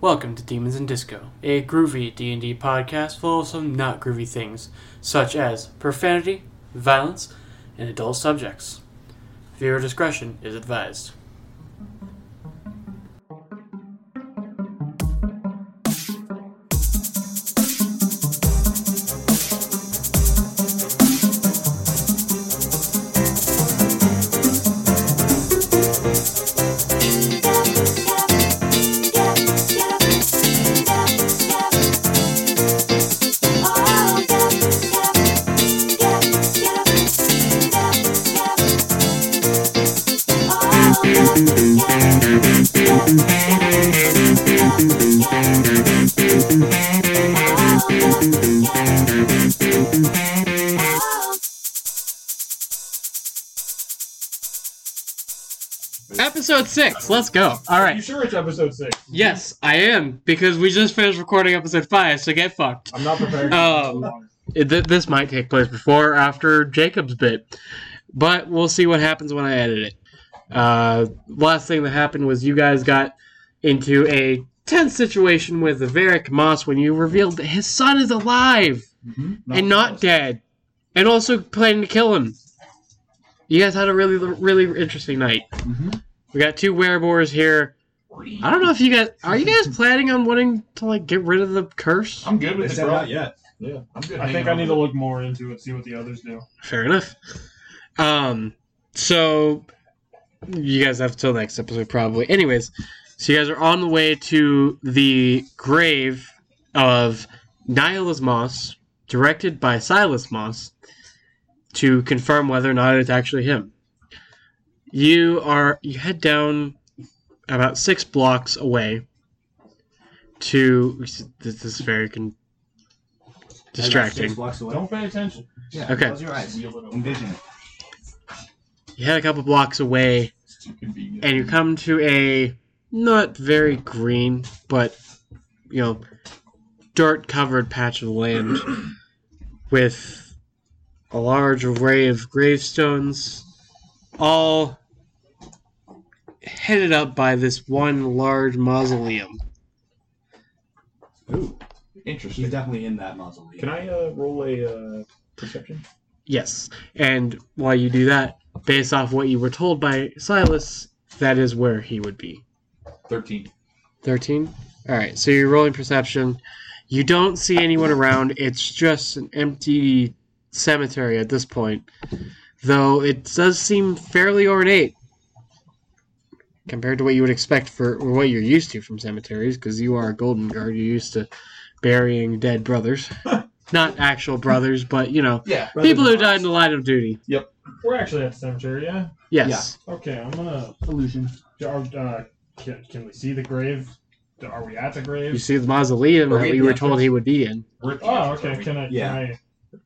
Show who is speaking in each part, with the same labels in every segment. Speaker 1: Welcome to Demons and Disco, a groovy D&D podcast full of some not groovy things, such as profanity, violence, and adult subjects. Viewer discretion is advised. Episode 6, let's go. All
Speaker 2: You
Speaker 1: right.
Speaker 2: sure it's episode six?
Speaker 1: Yes, I am, because we just finished recording episode 5, so get fucked.
Speaker 2: I'm not prepared.
Speaker 1: Um, It- th- this might take place before or after Jacob's bit, but we'll see what happens when I edit it. Uh, last thing that happened was you guys got into a tense situation with Varric Moss when you revealed that his son is alive
Speaker 2: Mhm.
Speaker 1: and not dead, and also planning to kill him. You guys had a really, really interesting night.
Speaker 2: Mhm.
Speaker 1: We got two werebores here. I don't know if you guys are you guys planning on wanting to like get rid of the curse.
Speaker 3: I'm good
Speaker 4: They
Speaker 3: with it,
Speaker 4: said
Speaker 3: bro.
Speaker 4: not yet.
Speaker 3: Yeah, I'm good.
Speaker 2: I think I need to look more into it, see what the others do.
Speaker 1: Fair enough. Um, so you guys have till next episode probably. Anyways, so you guys are on the way to the grave of Nihilus Moss, directed by Silas Moss, to confirm whether or not it's actually him. You are you head down about six blocks away to this is very con-
Speaker 4: Six
Speaker 1: distracting.
Speaker 4: blocks away.
Speaker 2: Don't pay attention.
Speaker 4: Yeah,
Speaker 1: Okay.
Speaker 4: Close your eyes. Envision it.
Speaker 1: You head a couple blocks away and you come to a not very green, but you know, dirt covered patch of land with a large array of gravestones, all headed up by this one large mausoleum.
Speaker 4: Ooh, he's
Speaker 3: Interesting.
Speaker 4: definitely in that mausoleum.
Speaker 3: Can I uh, roll a uh, perception?
Speaker 1: Yes, and while you do that, based off what you were told by Silas, that is where he would be.
Speaker 3: Thirteen.
Speaker 1: 13 all right so you're rolling perception you don't see anyone around it's just an empty cemetery at this point though it does seem fairly ornate compared to what you would expect for or what you're used to from cemeteries because you are a golden guard you're used to burying dead brothers not actual brothers but you know
Speaker 3: Yeah.
Speaker 4: Brother
Speaker 1: people who
Speaker 4: Miles.
Speaker 1: died in the line of duty
Speaker 2: We're actually at the cemetery, yeah?
Speaker 1: yes
Speaker 2: Okay, I'm gonna.
Speaker 4: illusion.
Speaker 2: Are, uh, can, can we see the grave? Are we at the
Speaker 1: you
Speaker 2: grave?
Speaker 1: see the mausoleum
Speaker 4: Or
Speaker 1: that
Speaker 4: read
Speaker 1: we
Speaker 4: the
Speaker 1: were told
Speaker 4: entrance.
Speaker 1: he would be in
Speaker 2: Oh, okay. Can I?
Speaker 4: Yeah.
Speaker 2: Can I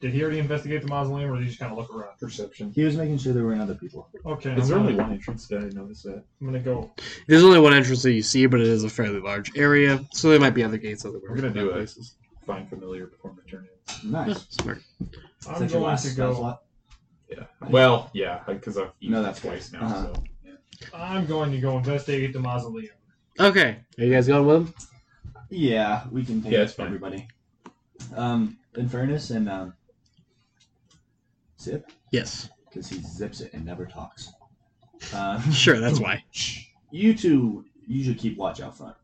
Speaker 2: did he already investigate the mausoleum, or did he just kind of look around?
Speaker 3: Perception.
Speaker 4: He was making sure there weren't other people.
Speaker 2: Okay.
Speaker 3: Is
Speaker 2: I'm,
Speaker 3: there
Speaker 2: gonna,
Speaker 3: only one entrance? Did I notice that?
Speaker 2: I'm gonna go.
Speaker 1: There's only one entrance that you see, but it is a fairly large area, so there might be other gates other
Speaker 3: We're gonna do it. Find familiar before my turn in.
Speaker 4: Nice. Is
Speaker 1: Smart.
Speaker 2: I'm
Speaker 4: that your
Speaker 2: going
Speaker 4: last
Speaker 2: to
Speaker 4: spell
Speaker 2: go.
Speaker 4: slot?
Speaker 3: Yeah. Well, yeah, because I've eaten
Speaker 4: No, that's
Speaker 3: twice
Speaker 4: good.
Speaker 3: now.
Speaker 4: Uh-huh.
Speaker 3: So
Speaker 2: I'm going to go investigate the mausoleum.
Speaker 1: Okay. Are you guys going with him?
Speaker 4: Yeah, we can take
Speaker 3: Yeah,
Speaker 4: it
Speaker 3: it's
Speaker 4: for
Speaker 3: fine.
Speaker 4: everybody. Um, Infernus and um, Zip,
Speaker 1: Yes.
Speaker 4: because he zips it and never talks. Uh,
Speaker 1: Sure, that's why.
Speaker 4: you two, you should keep watch out front.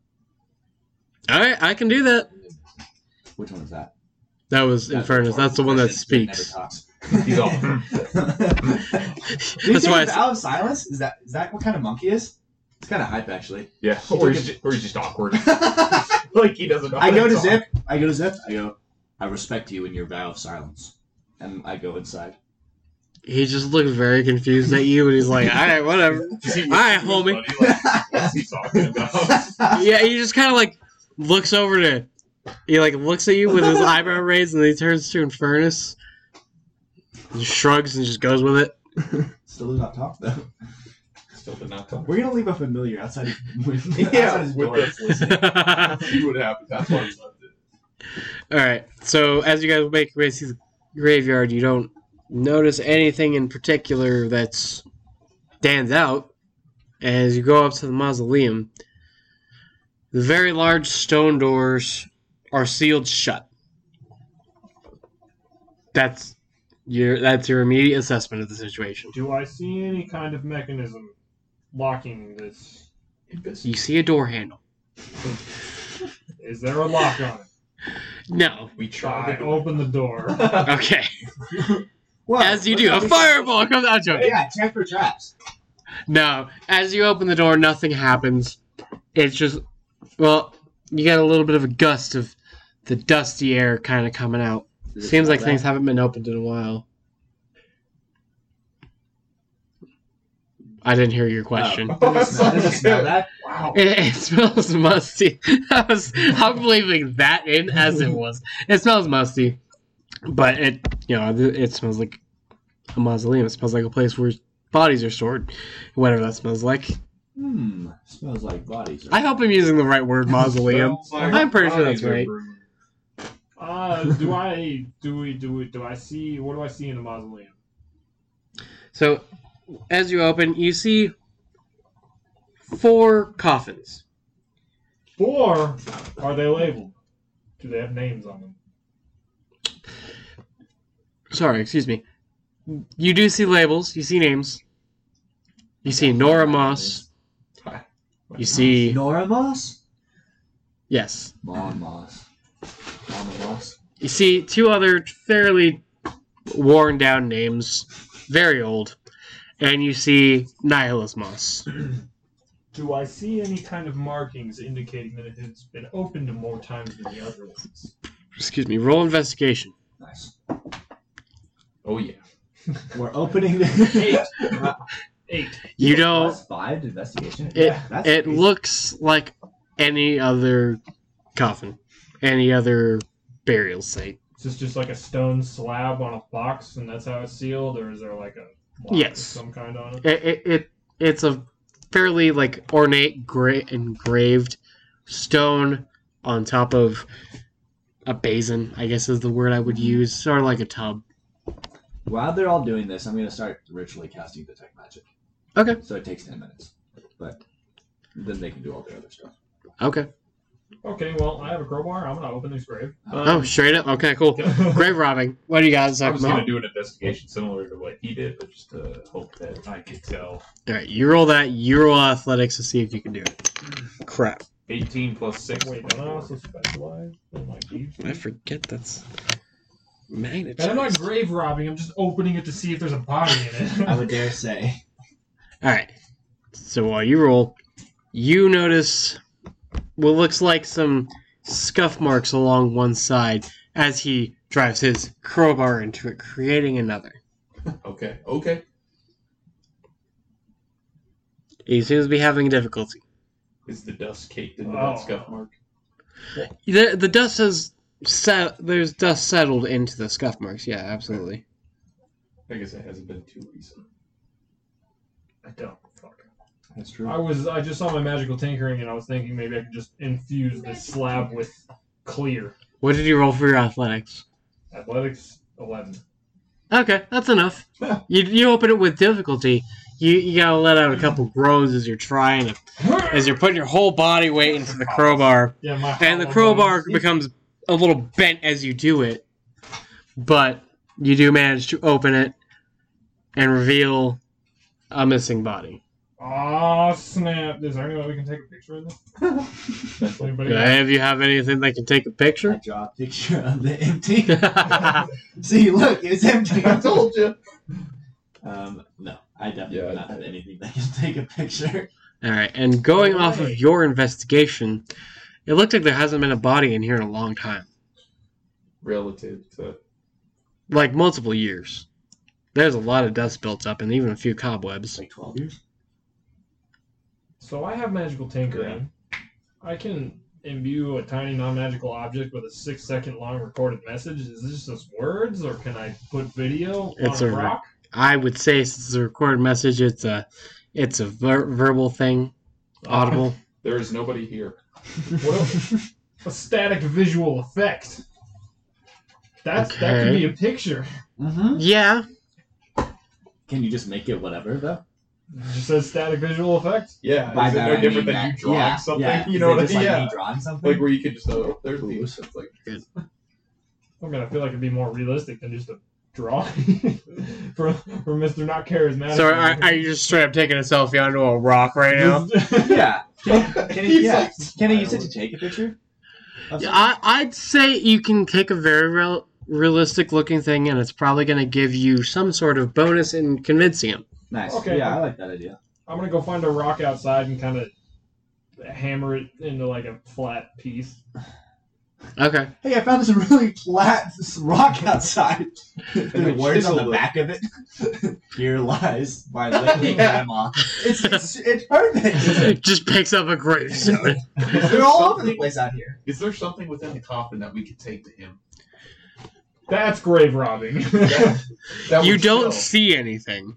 Speaker 1: Alright, I can do that.
Speaker 4: Which one is that?
Speaker 1: That was Infernus. That's the one that speaks.
Speaker 3: he's all.
Speaker 1: That's why I
Speaker 4: Is
Speaker 1: s-
Speaker 4: out of silence? Is that is that what kind of monkey is? It's kind of hype, actually.
Speaker 3: yeah.
Speaker 4: He
Speaker 3: Or
Speaker 4: took
Speaker 3: he's,
Speaker 4: it-
Speaker 3: just, or he's just awkward.
Speaker 4: I
Speaker 3: like he doesn't. know how
Speaker 4: go to
Speaker 3: talk.
Speaker 4: Zip. I go to Zip. I go. I respect you in your vow of silence, and I go inside.
Speaker 1: he just looks very confused at you, and he's like, alright, whatever.
Speaker 3: Does he whisper
Speaker 1: Alright,
Speaker 3: to his
Speaker 1: homie.
Speaker 3: buddy, like, what's he talking about?
Speaker 1: Yeah, he just kind of like looks over to. He like looks at you with his eyebrow raised, and then he turns to Infernus, and shrugs, and just goes with it.
Speaker 4: Still did not talk though.
Speaker 3: Still did not talk.
Speaker 4: We're gonna leave a familiar outside his, outside
Speaker 3: Yeah,
Speaker 4: his
Speaker 3: with
Speaker 4: door.
Speaker 3: this listening. See what happens. That's why we left it.
Speaker 1: All right. So as you guys make your way through the graveyard, you don't notice anything in particular that stands out. As you go up to the mausoleum,
Speaker 5: The very large stone doors are sealed shut. That's your that's your immediate assessment of the situation.
Speaker 2: Do I see any kind of mechanism locking this?
Speaker 5: You see a door handle.
Speaker 2: Is there a lock on it?
Speaker 5: No.
Speaker 3: We
Speaker 2: Try
Speaker 3: tried.
Speaker 2: to open the door.
Speaker 5: Okay.
Speaker 4: Well,
Speaker 5: As you do, a fireball comes out. Joking.
Speaker 4: Yeah, check for traps.
Speaker 5: No. As you open the door, nothing happens. It's just, well, you get a little bit of a gust of the dusty air kind of coming out.
Speaker 4: Does it
Speaker 5: Seems
Speaker 4: smell
Speaker 5: like things
Speaker 4: bad?
Speaker 5: haven't been opened in a while. I didn't hear your question.
Speaker 4: Does it smell- does it smell bad?
Speaker 3: Wow.
Speaker 5: It, it smells musty. I was, I'm leaving that in as it was. It smells musty, but it you know th- it smells like a mausoleum. It smells like a place where bodies are stored, whatever that smells like.
Speaker 4: Hmm. Smells like bodies.
Speaker 5: I hope I'm using the right word, mausoleum.
Speaker 3: Smells like
Speaker 5: I'm pretty sure that's
Speaker 3: bodies are
Speaker 5: right.
Speaker 3: brewing.
Speaker 2: Uh, do I do we do we, do I see what do I see in the mausoleum?
Speaker 5: So, as you open, you see four coffins.
Speaker 2: Four are they labeled? Do they have names on them?
Speaker 5: Sorry, excuse me. You do see labels. You see names. You see Nora Moss. You see
Speaker 4: Nora moss.
Speaker 5: yes.
Speaker 4: Mon moss. Mama moss.
Speaker 5: You see two other fairly worn down names, very old, and you see Nihilus Moss.
Speaker 2: Do I see any kind of markings indicating that it has been opened more times than the other ones?
Speaker 5: Excuse me, roll investigation.
Speaker 4: Nice.
Speaker 3: Oh yeah.
Speaker 4: We're opening the gate.
Speaker 2: Eight.
Speaker 5: You know,
Speaker 4: Plus five to investigation.
Speaker 5: It-
Speaker 4: That's
Speaker 5: it
Speaker 4: crazy.
Speaker 5: looks like any other coffin, any other burial site.
Speaker 2: Is this just like a stone slab on a box and that's how it's sealed, or is there like a lock of
Speaker 5: Yes.
Speaker 2: some kind on it?
Speaker 5: It, it, it it's a fairly like ornate, gra- engraved stone on top of a basin. I guess is the word I would use, sort of like a tub.
Speaker 4: While they're all doing this, I'm gonna start ritually casting detect magic.
Speaker 5: Okay.
Speaker 4: So it takes ten minutes, but then they can do all their other stuff.
Speaker 5: Okay.
Speaker 2: Okay, well I have a crowbar. I'm gonna open this grave. Uh,
Speaker 5: Oh, straight up. Okay, cool. Grave robbing. What do you guys
Speaker 3: I
Speaker 5: talking
Speaker 3: was gonna
Speaker 5: about?
Speaker 3: do an investigation similar to what he did, but just to hope that I could tell.
Speaker 5: All right, you roll that. You roll athletics to see if you can do it. Crap,
Speaker 3: 18 plus 6.
Speaker 2: Wait, don't I also Oh specialize in like thieves?
Speaker 5: I forget that's
Speaker 2: And I'm
Speaker 5: magnetized.
Speaker 2: not grave robbing. I'm just opening it to see if there's a body in
Speaker 4: I
Speaker 2: it.
Speaker 4: would dare say.
Speaker 5: All right. So while you roll, you notice what looks like some scuff marks along one side as he drives his crowbar into it, creating another.
Speaker 3: Okay, okay.
Speaker 5: He seems to be having difficulty.
Speaker 3: Is the dust caked into
Speaker 2: Oh.
Speaker 3: that scuff mark?
Speaker 5: The, the dust has set. There's dust settled into the scuff marks. Yeah, absolutely.
Speaker 3: I guess it hasn't been too recent.
Speaker 2: I don't. Fuck.
Speaker 4: That's true.
Speaker 2: I was I just saw my magical tinkering and I was thinking maybe I could just infuse this slab with clear.
Speaker 5: What did you roll for your athletics?
Speaker 2: Athletics eleven.
Speaker 5: Okay, that's enough. you, you open it with difficulty. You, you gotta let out a couple groans as you're trying to, as you're putting your whole body weight into the crowbar,
Speaker 2: Yeah, my
Speaker 5: and the
Speaker 2: hollow
Speaker 5: crowbar
Speaker 2: bones.
Speaker 5: becomes a little bent as you do it. But you do manage to open it and reveal a missing body.
Speaker 2: Aw Ah, snap. Is there any way we can take a picture of this? Anybody
Speaker 5: Do any of you have anything that can take a
Speaker 4: I
Speaker 5: picture?
Speaker 4: draw a picture of the empty. See, look, it's empty. I told you. Um, no, I definitely
Speaker 3: Yeah,
Speaker 4: do not have anything that can take a picture.
Speaker 5: All right, and going off of
Speaker 2: Alright.
Speaker 5: your investigation, it looks like there hasn't been a body in here in a long time,
Speaker 3: Relative to.
Speaker 5: like multiple years. There's a lot of dust built up and even a few cobwebs.
Speaker 4: like twelve years.
Speaker 2: So I have magical tinkering. I can imbue a tiny non-magical object with a six-second long recorded message. Is this just words, or can I put video
Speaker 5: It's
Speaker 2: on
Speaker 5: a
Speaker 2: a
Speaker 5: re-
Speaker 2: rock?
Speaker 5: I would say since it's a recorded message, it's a it's a ver- verbal thing, audible.
Speaker 3: There is nobody here.
Speaker 2: Well, a static visual effect. That's that could
Speaker 5: Okay.
Speaker 2: be a picture.
Speaker 4: Mm-hmm.
Speaker 5: yeah,
Speaker 4: Can you just make it whatever though?
Speaker 2: It just says static visual effect.
Speaker 3: Yeah,
Speaker 4: By
Speaker 3: is it
Speaker 4: that,
Speaker 3: no
Speaker 4: I
Speaker 3: different
Speaker 4: mean
Speaker 3: than
Speaker 4: that-
Speaker 3: you drawing
Speaker 4: yeah,
Speaker 3: something?
Speaker 4: yeah.
Speaker 3: You
Speaker 4: Is
Speaker 3: know
Speaker 4: it
Speaker 3: what I
Speaker 4: just
Speaker 3: mean?
Speaker 4: like
Speaker 3: Yeah.
Speaker 4: me drawing something?
Speaker 3: Like where you could just oh, oh, there's the It's like
Speaker 2: I mean, I feel like it'd be more realistic than just a drawing for for Mister Not Charismatic.
Speaker 5: So are, are you just straight up taking a selfie onto a rock right now?
Speaker 4: yeah. Can, can you,
Speaker 3: He's
Speaker 4: yeah.
Speaker 3: like
Speaker 4: Kenny, you
Speaker 3: smiling.
Speaker 4: said to take a picture? of
Speaker 5: Yeah,
Speaker 4: something?
Speaker 5: I, I'd say you can take a very real, realistic looking thing, and it's probably going to give you some sort of bonus in convincing him.
Speaker 4: nice.
Speaker 2: Okay.
Speaker 4: Yeah, I like that idea.
Speaker 2: I'm gonna go find a rock outside and kind of hammer it into like a flat piece.
Speaker 5: Okay.
Speaker 4: Hey, I found this really flat this rock outside.
Speaker 3: And
Speaker 4: the
Speaker 3: we
Speaker 4: words on the
Speaker 3: chiseled it.
Speaker 4: back of it. Here lies my little
Speaker 3: Yeah.
Speaker 4: grandma. It's, it's it's perfect.
Speaker 5: just picks up a gravestone.
Speaker 3: Is
Speaker 4: They're
Speaker 3: there
Speaker 4: all over the
Speaker 3: something-
Speaker 4: place out here.
Speaker 3: Is there something within the coffin that we could take to him?
Speaker 2: That's grave robbing.
Speaker 3: That, that
Speaker 5: You
Speaker 3: would
Speaker 5: don't
Speaker 3: show.
Speaker 5: see anything.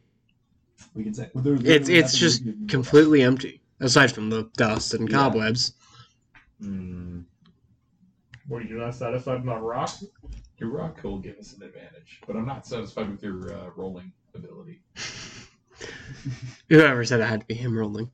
Speaker 4: We can say
Speaker 5: It's it's just completely empty aside from the dust and
Speaker 4: Yeah.
Speaker 5: cobwebs.
Speaker 4: Hmm.
Speaker 3: Mm,
Speaker 2: what are you not satisfied with my rock?
Speaker 3: your rock will give us an advantage, but I'm not satisfied with your uh, rolling ability.
Speaker 5: Whoever said it had to be him rolling.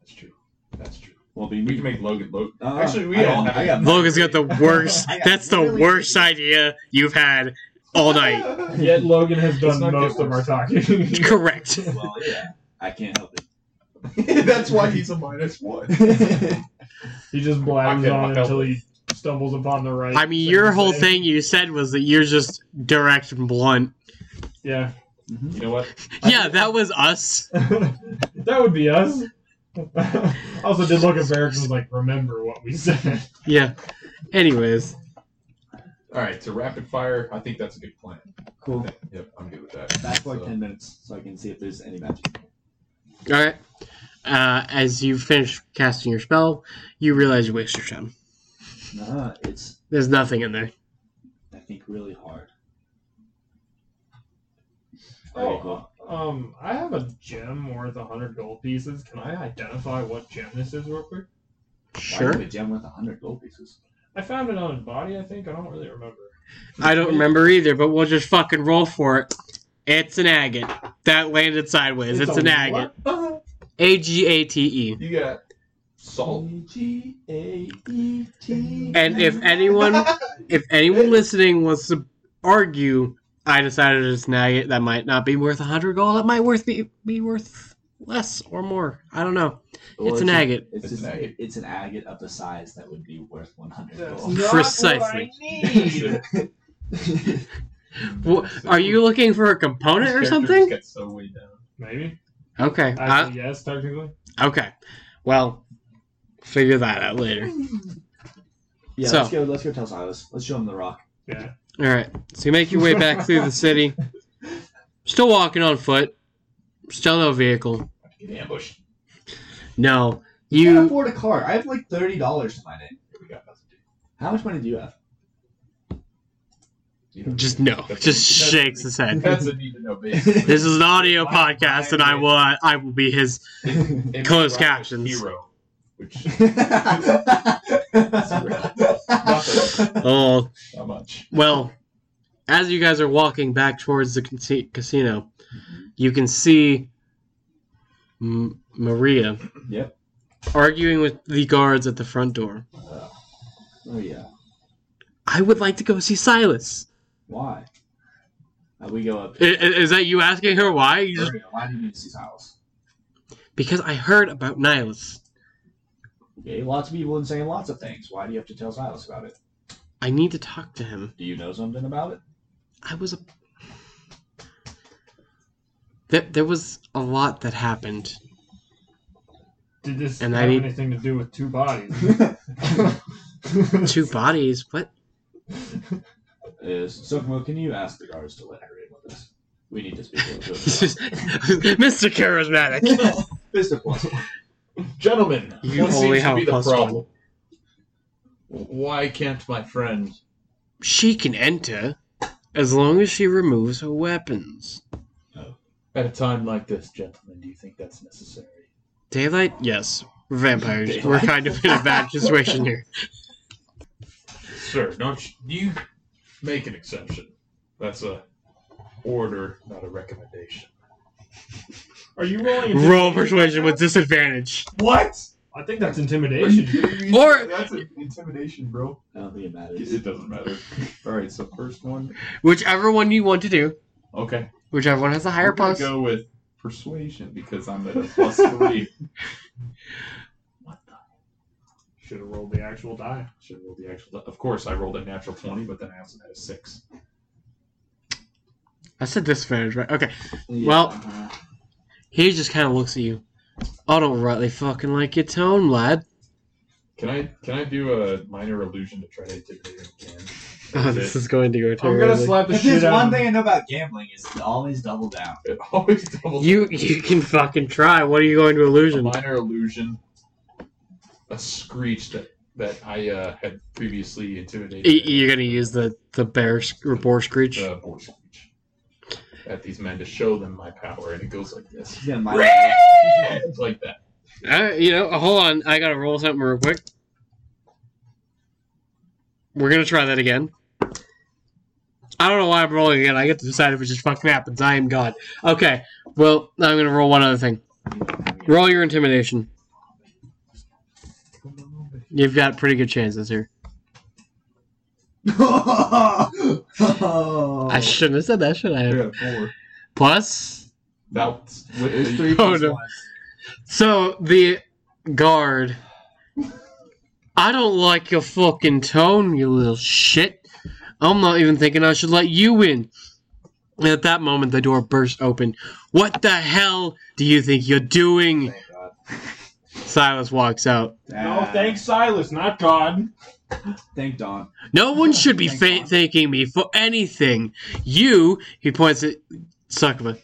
Speaker 3: That's true. That's true.
Speaker 4: Well,
Speaker 3: We can make Logan. Logan. Actually, we
Speaker 4: Uh, I
Speaker 3: all
Speaker 4: got-
Speaker 3: have.
Speaker 4: I got-
Speaker 5: Logan's got the worst.
Speaker 4: I got
Speaker 5: That's the
Speaker 4: really
Speaker 5: worst
Speaker 4: good.
Speaker 5: idea you've had all night.
Speaker 2: Yet Logan has
Speaker 3: Let's
Speaker 2: done
Speaker 3: not get
Speaker 2: most of our
Speaker 3: worse.
Speaker 2: talking.
Speaker 5: Correct.
Speaker 4: Well, yeah, I can't help
Speaker 3: That's why he's a minus one.
Speaker 4: it.
Speaker 2: He just
Speaker 3: I
Speaker 2: blabbs
Speaker 3: can-
Speaker 2: on
Speaker 3: I'll-
Speaker 2: until he stumbles upon the right.
Speaker 5: I mean,
Speaker 2: thing
Speaker 5: your
Speaker 2: to
Speaker 5: whole
Speaker 2: say.
Speaker 5: thing you said was that you're just direct and blunt.
Speaker 2: Yeah,
Speaker 3: You know what?
Speaker 5: Yeah, that was us.
Speaker 2: that would be us. also, did look at Barracks and was like, remember what we said.
Speaker 5: Yeah. Anyways,
Speaker 3: All right, so rapid fire. I think that's a good plan.
Speaker 4: cool.
Speaker 3: Yep, I'm good with that.
Speaker 4: Back for
Speaker 3: So-
Speaker 4: ten minutes so I can see if there's any magic.
Speaker 5: all right. Uh, as you finish casting your spell, you realize you waste your time.
Speaker 4: Nah, it's
Speaker 5: There's nothing in there.
Speaker 4: I think really hard.
Speaker 2: Oh,
Speaker 3: Oh,
Speaker 4: Alright, cool.
Speaker 2: Um, I have a gem worth a hundred gold pieces. Can I identify what gem this is, real quick?
Speaker 4: Why
Speaker 5: Sure.
Speaker 4: do you have a gem with hundred gold pieces.
Speaker 2: I found it on his body. I think I don't really remember.
Speaker 5: I don't remember either, but we'll just fucking roll for it. It's an agate. That landed sideways. It's,
Speaker 2: a
Speaker 5: an
Speaker 2: what?
Speaker 5: agate. A G A T E.
Speaker 3: You got salt.
Speaker 4: G A E T.
Speaker 5: And if anyone, if anyone listening wants to argue, I decided to snag it. That might not be worth a hundred gold. That might worth be be worth less or more. I don't know.
Speaker 4: Well,
Speaker 5: it's an
Speaker 4: a-
Speaker 5: agate.
Speaker 4: It's,
Speaker 3: It's
Speaker 4: just,
Speaker 3: an agate.
Speaker 4: It's an agate of the size that would be worth one hundred
Speaker 2: That's
Speaker 4: gold.
Speaker 2: not
Speaker 5: Precisely.
Speaker 2: What I need.
Speaker 5: Wha- are you looking for a component or
Speaker 3: This character
Speaker 5: something?
Speaker 3: just gets so way down.
Speaker 2: Maybe.
Speaker 5: Okay. I-
Speaker 2: Actually, yes, technically.
Speaker 5: okay. Well, figure that out later.
Speaker 4: Yeah,
Speaker 5: So-
Speaker 4: let's go. Let's go tell Silas. Let's show him the rock.
Speaker 2: Yeah.
Speaker 5: All right. So you make your way back through the city. Still walking on foot. Still no vehicle.
Speaker 3: Get ambushed.
Speaker 5: No.
Speaker 4: I can't
Speaker 5: You
Speaker 4: afford a car. I have like thirty dollars to my name.
Speaker 3: We got nothing to do.
Speaker 4: How much money do you have?
Speaker 3: You don't
Speaker 5: just
Speaker 3: need-
Speaker 5: no.
Speaker 3: that's-
Speaker 5: Just
Speaker 3: that's-
Speaker 5: shakes his head.
Speaker 3: That's a need to know basis.
Speaker 5: This is an audio podcast, and I will I will be his
Speaker 3: And Rock
Speaker 5: Closed
Speaker 3: is
Speaker 5: captions.
Speaker 3: Hero, which
Speaker 4: Nothing.
Speaker 5: Oh
Speaker 3: not much.
Speaker 5: well. As you guys are walking back towards the casi- casino, you can see M- Maria
Speaker 4: Yep.
Speaker 5: arguing with the guards at the front door.
Speaker 4: Uh, oh yeah.
Speaker 5: I would like to go see Silas.
Speaker 4: Why? Uh, we go up.
Speaker 5: I- i- Is, that you asking her why? You just-
Speaker 4: Maria, Why do you need to see Silas?
Speaker 5: because I heard about Nihilus.
Speaker 4: Okay, lots of people and saying lots of things. Why do you have to tell Silas about it?
Speaker 5: I need to talk to him.
Speaker 4: Do you know something about it?
Speaker 5: I was a. There, there was a lot that happened.
Speaker 2: Did this
Speaker 5: And I
Speaker 2: have
Speaker 5: need-
Speaker 2: anything to do with two bodies?
Speaker 5: Two bodies. What?
Speaker 4: Is Sokomo, can you ask the guards to let her in with us? We need to speak to her.
Speaker 5: Mr. Charismatic.
Speaker 4: Mr. Plus.
Speaker 3: Gentlemen,
Speaker 5: You
Speaker 3: what
Speaker 5: only
Speaker 3: seems to
Speaker 5: have a
Speaker 3: be the
Speaker 5: plus
Speaker 3: problem? Why can't my friend?
Speaker 5: She can enter as long as she removes her weapons.
Speaker 3: At a time like this, gentlemen, do you think that's necessary?
Speaker 5: Daylight? Yes. We're vampires. We're
Speaker 4: Daylight.
Speaker 5: kind of in a bad situation here.
Speaker 3: Sir, don't sh- you make an exception? That's a order, not a recommendation.
Speaker 2: Are you rolling? intimidation?
Speaker 5: Roll persuasion with disadvantage.
Speaker 2: What? I think that's intimidation.
Speaker 5: Or-
Speaker 3: that's an intimidation, bro.
Speaker 4: I don't think it matters.
Speaker 3: It doesn't matter. All right, so first one.
Speaker 5: Whichever one you want to do,
Speaker 3: Okay,
Speaker 5: whichever one has a higher
Speaker 3: we're gonna
Speaker 5: plus.
Speaker 3: Go with persuasion because I'm at a plus three.
Speaker 2: Should have rolled the actual die.
Speaker 3: Should roll the actual. Of course, I rolled a natural twenty, but then I also had a six.
Speaker 5: I said disadvantage, right? Okay.
Speaker 4: Yeah,
Speaker 5: Well-
Speaker 4: uh-huh.
Speaker 5: He just kind of looks at you. I don't rightly fucking like your tone, lad.
Speaker 3: Can I can I do a minor illusion to try to intimidate him again?
Speaker 5: Oh, this is going to go
Speaker 2: I'm
Speaker 5: terribly.
Speaker 2: gonna slap the
Speaker 4: If
Speaker 2: shit
Speaker 4: there's
Speaker 2: out.
Speaker 4: one
Speaker 2: of him.
Speaker 4: thing I know about gambling is to always double down.
Speaker 3: It always doubles.
Speaker 5: You you can fucking try. What are you going to
Speaker 3: a
Speaker 5: illusion?
Speaker 3: minor illusion, a screech that that I uh, had previously intimidated.
Speaker 5: Y- E, You're gonna use the the bear sc- or boar screech.
Speaker 3: the board speech at these men to show them my power, and it goes like this,
Speaker 4: Yeah, my-
Speaker 3: like that.
Speaker 5: Uh, you know, hold on. I gotta roll something real quick. We're gonna try that again. I don't know why I'm rolling again. I get to decide if it just fucking happens. I am God. Okay. Well, now I'm gonna roll one other thing. Roll your intimidation. You've got pretty good chances here.
Speaker 4: Oh.
Speaker 5: I shouldn't have said that, should I?
Speaker 3: Yeah, four.
Speaker 5: Plus,
Speaker 3: That's
Speaker 4: There's three
Speaker 5: Oh,
Speaker 4: plus
Speaker 5: no.
Speaker 4: ones.
Speaker 5: so the guard. I don't like your fucking tone, you little shit. I'm not even thinking I should let you in. And at that moment, the door burst open. What the hell do you think you're doing?
Speaker 4: Thank God.
Speaker 5: Silas walks out.
Speaker 2: No, thanks, Silas, not God.
Speaker 4: Ah, Thank Don.
Speaker 5: No one should be
Speaker 4: Thank
Speaker 5: fa-
Speaker 4: God.
Speaker 5: thanking me for anything. You, he points at Suckman,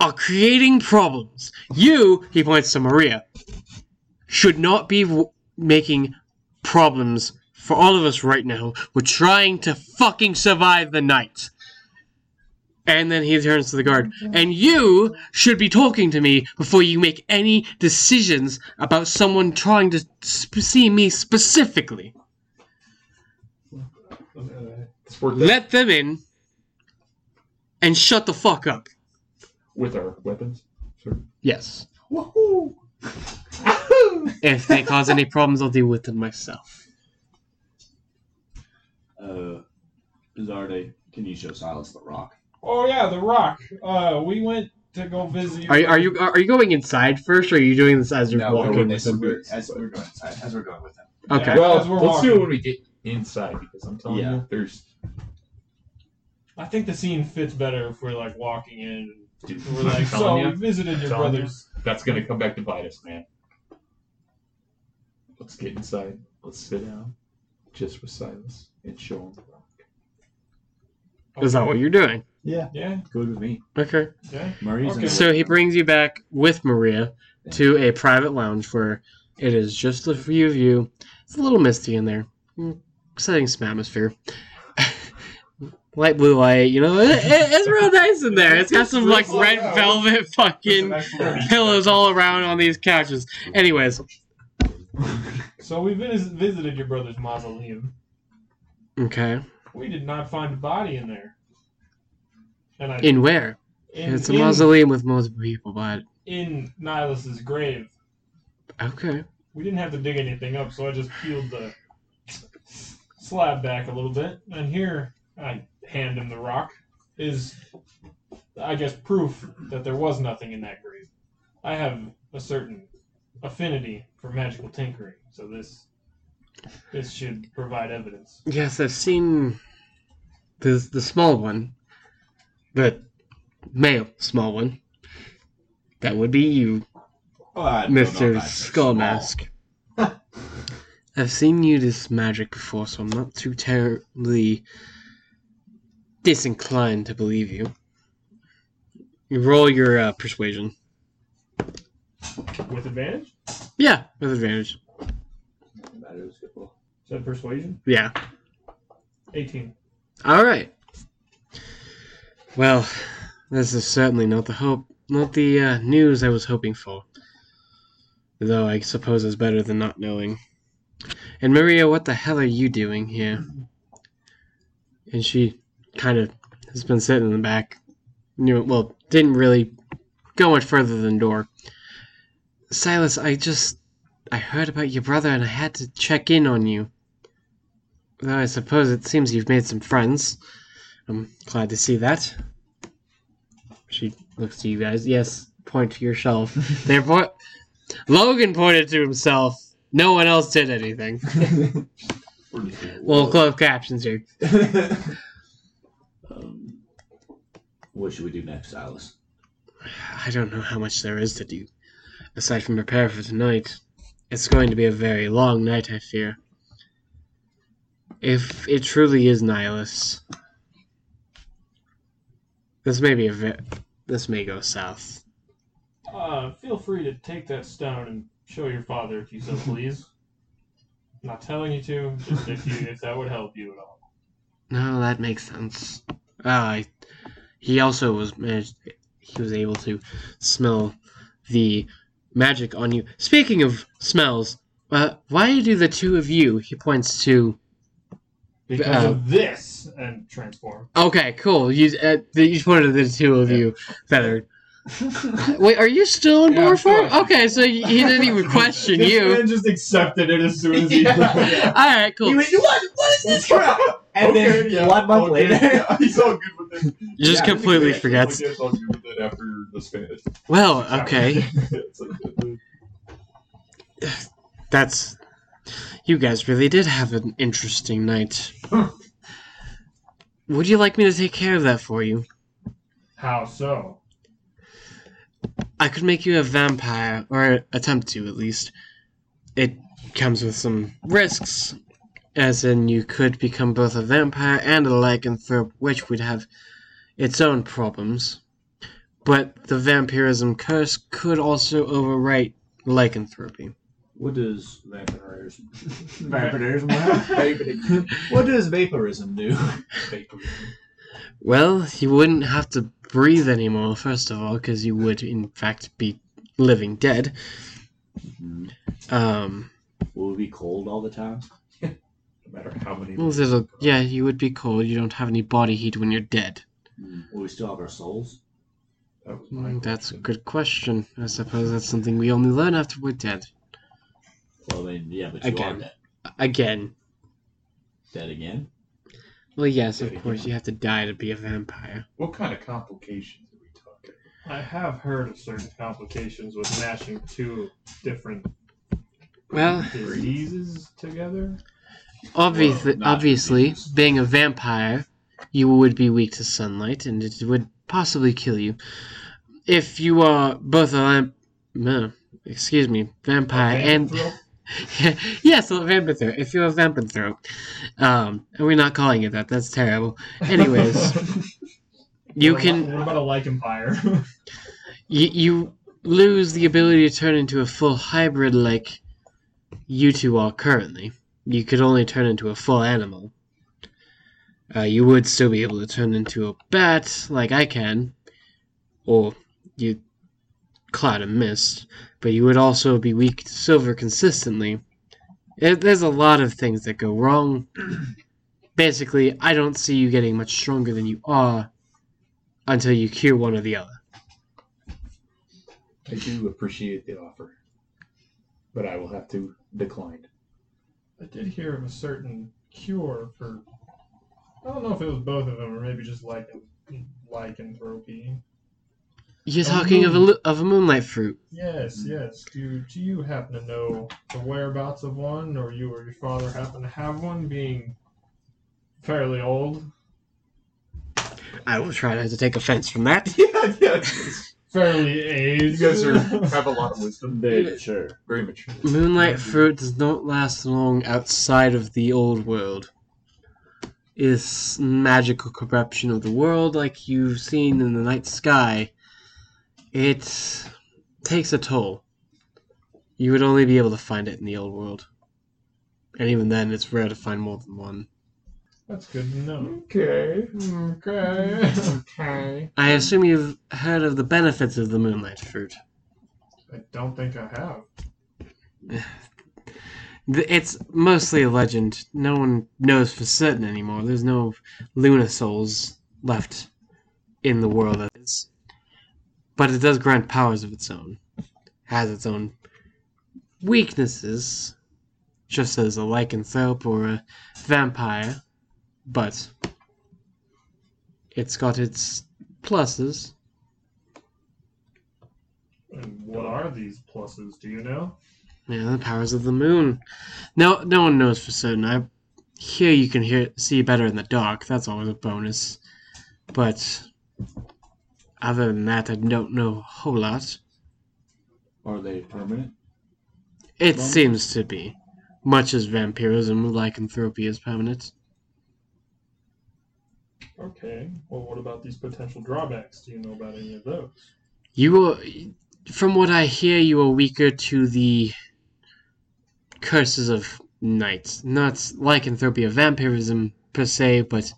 Speaker 5: are creating problems. You, he points to Maria, should not be w- making problems for all of us right now. We're trying to fucking survive the night. And then he turns to the guard. And you should be talking to me before you make any decisions about someone trying to sp- see me specifically.
Speaker 3: It's worked out
Speaker 5: let them in and shut the fuck up.
Speaker 3: with our weapons. Sure.
Speaker 5: Yes.
Speaker 4: Woohoo!
Speaker 5: If they cause any problems, I'll deal with them myself.
Speaker 4: Uh, Bizarre, can you show Silas the rock?
Speaker 2: Oh yeah, The Rock. Uh, we went to go visit.
Speaker 5: Are you are you are you going inside first, or are you doing this as you're
Speaker 4: No, we're
Speaker 5: walking?
Speaker 4: doing
Speaker 5: with
Speaker 4: this
Speaker 5: them?
Speaker 4: we're- as we're going inside, as we're going with him.
Speaker 5: Okay.
Speaker 2: Yeah.
Speaker 3: Well,
Speaker 2: As
Speaker 3: let's
Speaker 2: we're
Speaker 3: do it
Speaker 2: walking.
Speaker 3: when we get inside because I'm telling
Speaker 4: Yeah.
Speaker 3: you, there's
Speaker 2: I think the scene fits better if we're like walking in.
Speaker 3: dude,
Speaker 2: and We're
Speaker 3: I'm
Speaker 2: like, so
Speaker 3: telling
Speaker 2: we
Speaker 3: you,
Speaker 2: visited your
Speaker 3: Telling you.
Speaker 2: brother's.
Speaker 3: that's gonna come back to bite us, man. Let's get inside. Let's sit down, just with silence, and show him.
Speaker 5: Is that what you're doing?
Speaker 4: Yeah,
Speaker 2: Yeah.
Speaker 4: good with me.
Speaker 5: Okay.
Speaker 2: Yeah.
Speaker 4: Murray's in
Speaker 2: Okay.
Speaker 4: the
Speaker 5: So he
Speaker 4: waiting
Speaker 5: brings you back with Maria to a private lounge where it is just the few of you. It's a little misty in there, Mm, setting some atmosphere. Light blue light, you know, it, it- it's real nice in there. It's got some like red velvet fucking pillows all around on these couches. Anyways,
Speaker 2: So we vis- visited your brother's mausoleum.
Speaker 5: okay.
Speaker 2: We did not find a body in there. And I
Speaker 5: In where? it's a mausoleum with multiple people, but
Speaker 2: in Nihilus's grave.
Speaker 5: okay.
Speaker 2: We didn't have to dig anything up, so I just peeled the slab back a little bit. And here, I hand him the rock, is, I guess, proof that there was nothing in that grave. I have a certain affinity for magical tinkering, so this this should provide evidence.
Speaker 5: Yes, I've seen the the small one, the male small one. That would be you,
Speaker 4: room. Oh, I don't know if
Speaker 5: Mister
Speaker 4: I said
Speaker 5: Skull
Speaker 4: small.
Speaker 5: Mask. I've seen you this magic before, so I'm not too terribly disinclined to believe you. You roll your uh, persuasion.
Speaker 2: With advantage?
Speaker 5: Yeah, with advantage.
Speaker 4: That is good. Well,
Speaker 2: Is that persuasion?
Speaker 5: Yeah.
Speaker 2: 18.
Speaker 5: All right. Well, this is certainly not the hope, not the uh, news I was hoping for. Though I suppose it's better than not knowing. And Maria, what the hell are you doing here? And she kind of has been sitting in the back, knew well, didn't really go much further than door. Silas, I just I heard about your brother and I had to check in on you. Though I suppose it seems you've made some friends. I'm glad to see that. She looks to you guys. Yes, point to your shelf. They're po- Logan pointed to himself. No one else did anything.
Speaker 3: We're just gonna-
Speaker 5: Well, closed captions here.
Speaker 4: um, what should we do next, Alice?
Speaker 5: I don't know how much there is to do, aside from prepare for tonight. It's going to be a very long night, I fear. If it truly is Nihilus, this may be a ve- this may go south.
Speaker 2: Uh, feel free to take that stone and show your father if you so please. Not telling you to, just if you if that would help you at all.
Speaker 5: No, that makes sense. Ah, I, he also was managed. He was able to smell the magic on you. Speaking of smells, uh, why do the two of you? He points to
Speaker 2: Because
Speaker 5: Uh,
Speaker 2: of this and transform.
Speaker 5: Okay, cool. You uh, you pointed to the two of you that are. Wait, are you still in
Speaker 3: Yeah,
Speaker 5: door
Speaker 3: I'm still
Speaker 5: form?
Speaker 3: in.
Speaker 5: Okay, so he he didn't even question
Speaker 2: This
Speaker 5: you.
Speaker 2: man just accepted it as soon as he.
Speaker 5: All right, cool.
Speaker 4: You- what? What is this crap? And then one month
Speaker 3: okay,
Speaker 4: later,
Speaker 3: yeah, he's all good with it.
Speaker 5: You Just
Speaker 3: Yeah,
Speaker 5: completely
Speaker 3: he's
Speaker 5: forgets.
Speaker 3: Like, yeah, it's all good with it after the Spanish.
Speaker 5: Well, okay,
Speaker 3: It's like-
Speaker 5: that's. You guys really did have an interesting night. Would you like me to take care of that for you?
Speaker 2: How so?
Speaker 5: I could make you a vampire, or attempt to at least. It comes with some risks, as in you could become both a vampire and a lycanthrope, which would have its own problems. But the vampirism curse could also overwrite lycanthropy.
Speaker 4: what does vaporism?
Speaker 3: Baby,
Speaker 4: what does vaporism do?
Speaker 3: baby.
Speaker 5: Well, you wouldn't have to breathe anymore, first of all, because you would, in fact, be living dead. Um,
Speaker 4: Will we be cold all the time?
Speaker 3: No matter how many.
Speaker 5: well, there's a- yeah, you would be cold. You don't have any body heat when you're dead.
Speaker 4: Will we still have our souls?
Speaker 3: That was my
Speaker 5: Mm, That's a
Speaker 3: question.
Speaker 5: good question. I suppose that's something we only learn after we're dead.
Speaker 4: Well, I mean, yeah, but you
Speaker 5: Again.
Speaker 4: are dead.
Speaker 5: Again.
Speaker 4: Dead again?
Speaker 5: Well, yes, of
Speaker 3: Yeah,
Speaker 5: course,
Speaker 3: yeah.
Speaker 5: you have to die to be a vampire.
Speaker 3: What kind of complications are we talking?
Speaker 2: I have heard of certain complications with mashing two different
Speaker 5: Well,
Speaker 2: diseases together.
Speaker 5: obviously,
Speaker 4: not
Speaker 5: obviously,
Speaker 4: disease.
Speaker 5: being a vampire, you would be weak to sunlight, and it would possibly kill you. If you are both a lamp, no, excuse me, vampire Uh, and yes, a vampire. If you're a vampire, um, and we're not calling it that. That's terrible. Anyways, you
Speaker 2: What
Speaker 5: can
Speaker 2: about- What about a lycanthropy?
Speaker 5: you, you lose the ability to turn into a full hybrid like you two are currently. You could only turn into a full animal. Uh, you would still be able to turn into a bat, like I can, or you cloud of mist, but you would also be weak to silver consistently. It, there's a lot of things that go wrong. Basically, I don't see you getting much stronger than you are until you cure one or the other.
Speaker 3: I do appreciate the offer, but I will have to decline.
Speaker 2: I did hear of a certain cure for. I don't know if it was both of them or maybe just lycan, lycanthropy.
Speaker 5: You're
Speaker 2: Oh,
Speaker 5: talking of a
Speaker 2: moon.
Speaker 5: lo- of a moonlight fruit.
Speaker 2: Yes, yes. Do do you happen to know the whereabouts of one, or you or your father happen to have one, being fairly old?
Speaker 5: I will try not to take offense from that.
Speaker 3: yeah, yeah.
Speaker 2: Fairly aged.
Speaker 3: You guys are have a lot of wisdom.
Speaker 4: Dude, sure.
Speaker 3: Very mature.
Speaker 5: Moonlight fruit does not last long outside of the old world. Is magical corruption of the world, like you've seen in the night sky, it takes a toll. You would only be able to find it in the old world, and even then, it's rare to find more than one.
Speaker 2: That's good to know.
Speaker 3: Okay.
Speaker 2: Okay. Okay.
Speaker 5: I assume you've heard of the benefits of the moonlight fruit.
Speaker 2: I don't think I have.
Speaker 5: Th- It's mostly a legend. No one knows for certain anymore. There's no Luna souls left in the world. That is. but it does grant powers of its own. Has its own weaknesses, just as a lycanthrope or a vampire, but it's got its pluses.
Speaker 2: And what are these pluses? Do you know?
Speaker 5: Yeah, the powers of the moon. No, no one knows for certain. I here you can hear see better in the dark. That's always a bonus. But other than that, I don't know a whole lot.
Speaker 4: Are they permanent?
Speaker 5: It
Speaker 4: Well-
Speaker 5: seems to be, much as vampirism, lycanthropy is permanent.
Speaker 2: Okay. Well, what about these potential drawbacks? Do you know about any of those?
Speaker 5: You are, from what I hear, you are weaker to the curses of night. Not lycanthropy or vampirism per se, but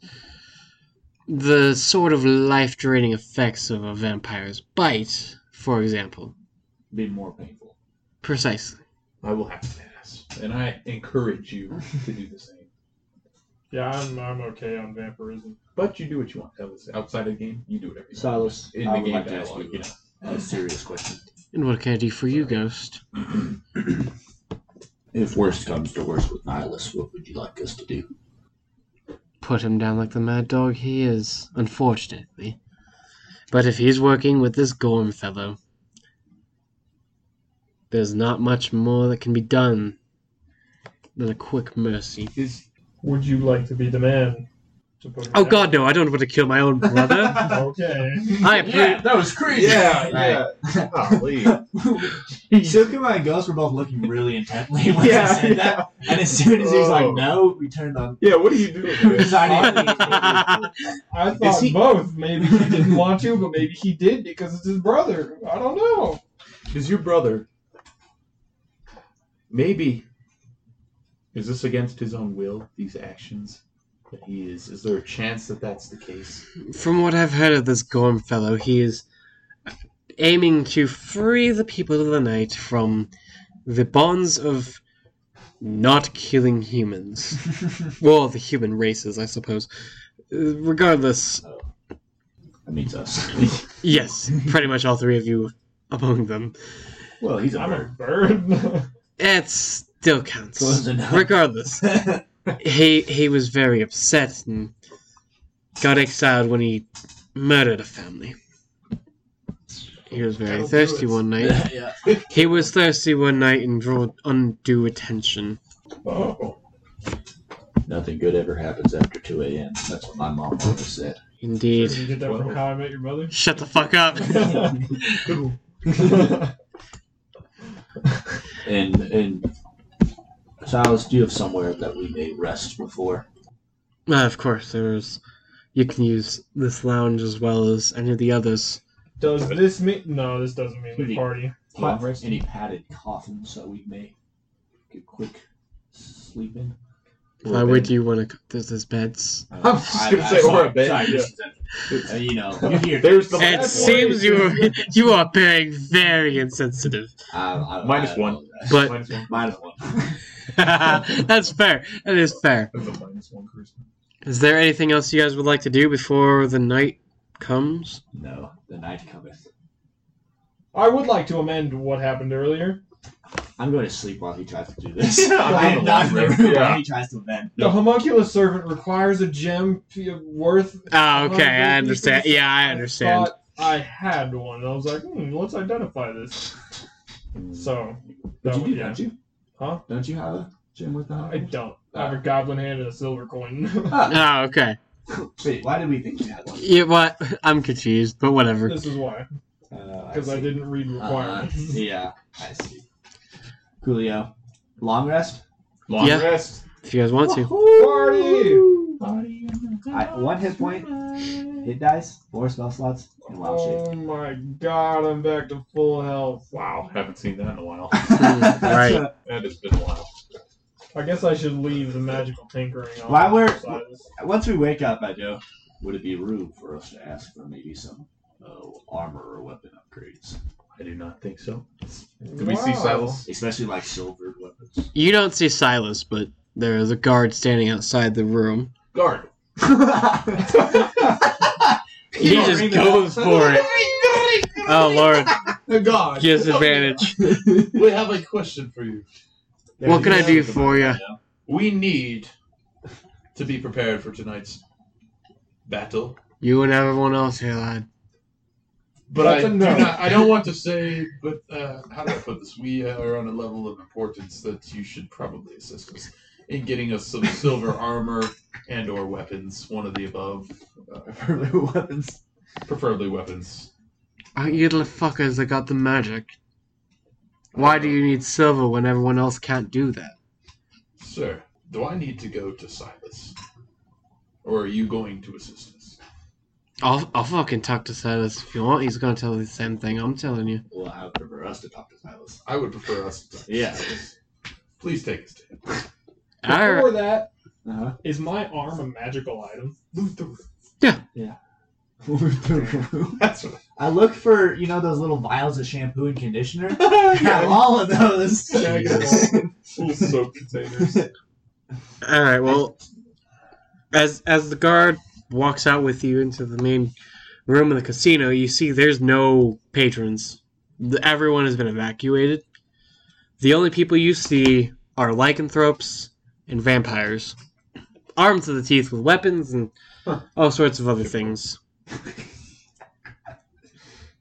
Speaker 5: the sort of life draining effects of a vampire's bite, for example.
Speaker 4: Be more painful.
Speaker 5: Precisely.
Speaker 3: I will have to pass, and I encourage you to do the same.
Speaker 2: Yeah, I'm, I'm okay on vampirism.
Speaker 3: But you do what you want. That was outside of the game. You do whatever you want.
Speaker 4: Silas,
Speaker 3: In
Speaker 4: I
Speaker 3: the
Speaker 4: would
Speaker 3: game
Speaker 4: like to ask
Speaker 3: dialogue,
Speaker 4: you
Speaker 3: you know.
Speaker 4: a serious question.
Speaker 5: And what can I do for you, Ghost?
Speaker 4: If worst comes to worst with Nihilus, what would you like us to do?
Speaker 5: Put him down like the mad dog he is, unfortunately. But if he's working with this Gorm fellow, there's not much more that can be done than a quick mercy.
Speaker 3: Is
Speaker 2: Would you like to be the man to put him
Speaker 5: Oh
Speaker 2: down?
Speaker 5: god, no, I don't want to kill my own brother.
Speaker 2: Okay.
Speaker 5: I approve.
Speaker 4: that was crazy.
Speaker 3: Yeah, yeah.
Speaker 4: Silk and my ghost were both looking really intently when I
Speaker 3: yeah,
Speaker 4: said that. And as soon as he was like,
Speaker 3: Oh.
Speaker 4: no, we turned on.
Speaker 3: yeah. What are you doing? man?
Speaker 2: I thought
Speaker 4: he-
Speaker 2: both. Maybe he didn't want to, but maybe he did because it's his brother. I don't know.
Speaker 3: Is your brother? Maybe. Is this against his own will? These actions that he is. Is there a chance that that's the case?
Speaker 5: From what I've heard of this Gorm fellow, he is aiming to free the people of the night from the bonds of not killing humans. well, the human races, I suppose. Uh, Regardless,
Speaker 4: That means us.
Speaker 5: yes, pretty much all three of you among them.
Speaker 4: well, he's a
Speaker 2: I'm a
Speaker 4: bird.
Speaker 2: bird.
Speaker 5: It still counts.
Speaker 4: Close enough.
Speaker 5: Regardless, he he was very upset and got exiled when he murdered a family. He was very
Speaker 2: That'll do
Speaker 5: thirsty
Speaker 2: it.
Speaker 5: one night.
Speaker 4: yeah.
Speaker 5: He was thirsty one night and drew undue attention.
Speaker 2: oh.
Speaker 4: Nothing good ever happens after 2 a.m. That's what my mom always said.
Speaker 2: Did
Speaker 5: Indeed.
Speaker 2: you get that from How I Met Your Mother?
Speaker 5: Shut the fuck up.
Speaker 4: And and Silas, do you have somewhere that we may rest before?
Speaker 5: Uh, of course, there's. You can use this lounge as well as any of the others.
Speaker 2: Does this mean? No, this doesn't mean the
Speaker 4: Pretty.
Speaker 2: party.
Speaker 3: Pot-
Speaker 4: any padded coffins that we may get quick sleep in?
Speaker 5: Why would you want to? There's, there's beds.
Speaker 3: I'm just gonna say, or a bed, yeah.
Speaker 4: Uh, you know, you're here.
Speaker 3: There's the
Speaker 5: It
Speaker 3: That's
Speaker 5: seems you are, you are being very insensitive.
Speaker 4: I- I-
Speaker 3: Minus
Speaker 4: I
Speaker 3: one.
Speaker 4: apologize.
Speaker 5: But
Speaker 3: Minus one.
Speaker 4: Minus one.
Speaker 5: that's fair. That is fair.
Speaker 3: That's a minus one charisma.
Speaker 5: Is there anything else you guys would like to do before the night comes?
Speaker 4: No, the night cometh.
Speaker 2: I would like to amend what happened earlier.
Speaker 4: I'm going to sleep while he tries to do this.
Speaker 3: Yeah, I'm
Speaker 4: I am
Speaker 3: gonna
Speaker 4: not in the
Speaker 3: lie.
Speaker 4: room
Speaker 3: Yeah.
Speaker 4: when he tries to vent.
Speaker 2: The homunculus servant requires a gem p- worth.
Speaker 5: Oh, okay, I
Speaker 2: Well, Um,
Speaker 5: understand.
Speaker 2: we-
Speaker 5: Yeah, I understand.
Speaker 2: thought I had one. I was like, hmm, let's identify this. So,
Speaker 4: But
Speaker 2: that
Speaker 4: you
Speaker 2: would-
Speaker 4: do,
Speaker 2: yeah.
Speaker 4: don't you?
Speaker 2: Huh?
Speaker 4: Don't you have a gym with the
Speaker 2: I don't. I have a goblin hand and a silver coin.
Speaker 4: Ah,
Speaker 5: Oh, okay.
Speaker 4: wait, why did we think you had one?
Speaker 5: You what? I'm confused, but whatever.
Speaker 2: this is why,
Speaker 4: Uh,
Speaker 2: because I
Speaker 4: see.
Speaker 2: didn't read
Speaker 4: Uh,
Speaker 2: requirements.
Speaker 4: yeah, I see. Coolio. Long rest?
Speaker 3: Long
Speaker 5: Yeah.
Speaker 3: rest.
Speaker 5: If you guys want to.
Speaker 2: Party!
Speaker 3: Party.
Speaker 4: I, one hit point, hit dice, four spell slots, and wild shape.
Speaker 2: Oh my god, I'm back to full health.
Speaker 3: Wow, haven't seen that in a while.
Speaker 5: Mm, right.
Speaker 4: So,
Speaker 3: That has been a while.
Speaker 2: I guess I should leave the magical tinkering on.
Speaker 4: Why we're-
Speaker 2: Silas.
Speaker 4: once we wake up, I do. Would it be rude for us to ask for maybe some uh, armor or weapon upgrades?
Speaker 3: I do not think so. Do we see
Speaker 2: Wow.
Speaker 3: Silas?
Speaker 4: Especially like silvered weapons.
Speaker 5: You don't see Silas, but there is a guard standing outside the room.
Speaker 3: Guard.
Speaker 5: He
Speaker 4: Yeah,
Speaker 5: just
Speaker 4: ring the
Speaker 5: goes
Speaker 4: bell.
Speaker 5: for it. Oh Lord,
Speaker 3: Oh, God.
Speaker 5: gives advantage.
Speaker 3: We have a question for you.
Speaker 5: What can I do for you?
Speaker 3: We need to be prepared for tonight's battle.
Speaker 5: You and everyone else here, lad.
Speaker 3: But
Speaker 2: That's
Speaker 3: I,
Speaker 2: a
Speaker 3: do
Speaker 2: no.
Speaker 3: not, I don't want to say, but uh, how do I put this? We uh, are on a level of importance that you should probably assist us in getting us some silver armor and or weapons, one of the above, uh,
Speaker 4: weapons.
Speaker 3: preferably weapons.
Speaker 5: Aren't you the fuckers that got the magic? Why do you need silver when everyone else can't do that?
Speaker 3: Sir, do I need to go to Silas? Or are you going to assist us?
Speaker 5: I'll, I'll fucking talk to Silas if you want. He's gonna tell you the same thing I'm telling you.
Speaker 4: Well, I would prefer us to talk to Silas.
Speaker 3: I would prefer us to
Speaker 4: Yeah.
Speaker 3: Please take us to him.
Speaker 5: Alright.
Speaker 2: Before that,
Speaker 4: Uh-huh.
Speaker 2: is my arm a magical item?
Speaker 3: That's what
Speaker 4: I look for, you know, those little vials of shampoo and conditioner. I have all of those.
Speaker 3: Jesus. little soap containers.
Speaker 5: All right. Well, as as the guard walks out with you into the main room of the casino, you see there's no patrons. The- Everyone has been evacuated. The only people you see are lycanthropes and vampires, armed to the teeth with weapons and
Speaker 3: Huh.
Speaker 5: all sorts of other things.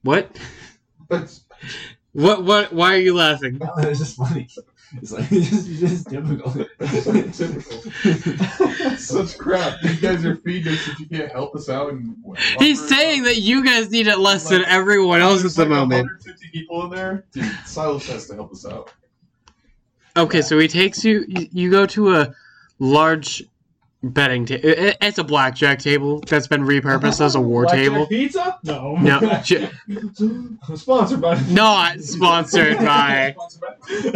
Speaker 5: What?
Speaker 3: That's
Speaker 5: What? What? Why are you laughing?
Speaker 4: That was just funny. It's like it's just, it's just typical.
Speaker 3: fucking typical. That's such crap. You guys are feeding us if you can't help us out. And
Speaker 5: He's saying that you guys need it less than everyone else at
Speaker 3: There's
Speaker 5: the
Speaker 3: like
Speaker 5: moment.
Speaker 3: 150 people in there. Dude, Silas has to help us out.
Speaker 5: Okay, so he takes you. You you go to a large betting table. It's a blackjack table that's been repurposed as a war
Speaker 2: Blackjack
Speaker 5: table.
Speaker 2: Pizza? No.
Speaker 5: No, j-
Speaker 2: Sponsored by.
Speaker 5: not sponsored by.
Speaker 2: Sponsored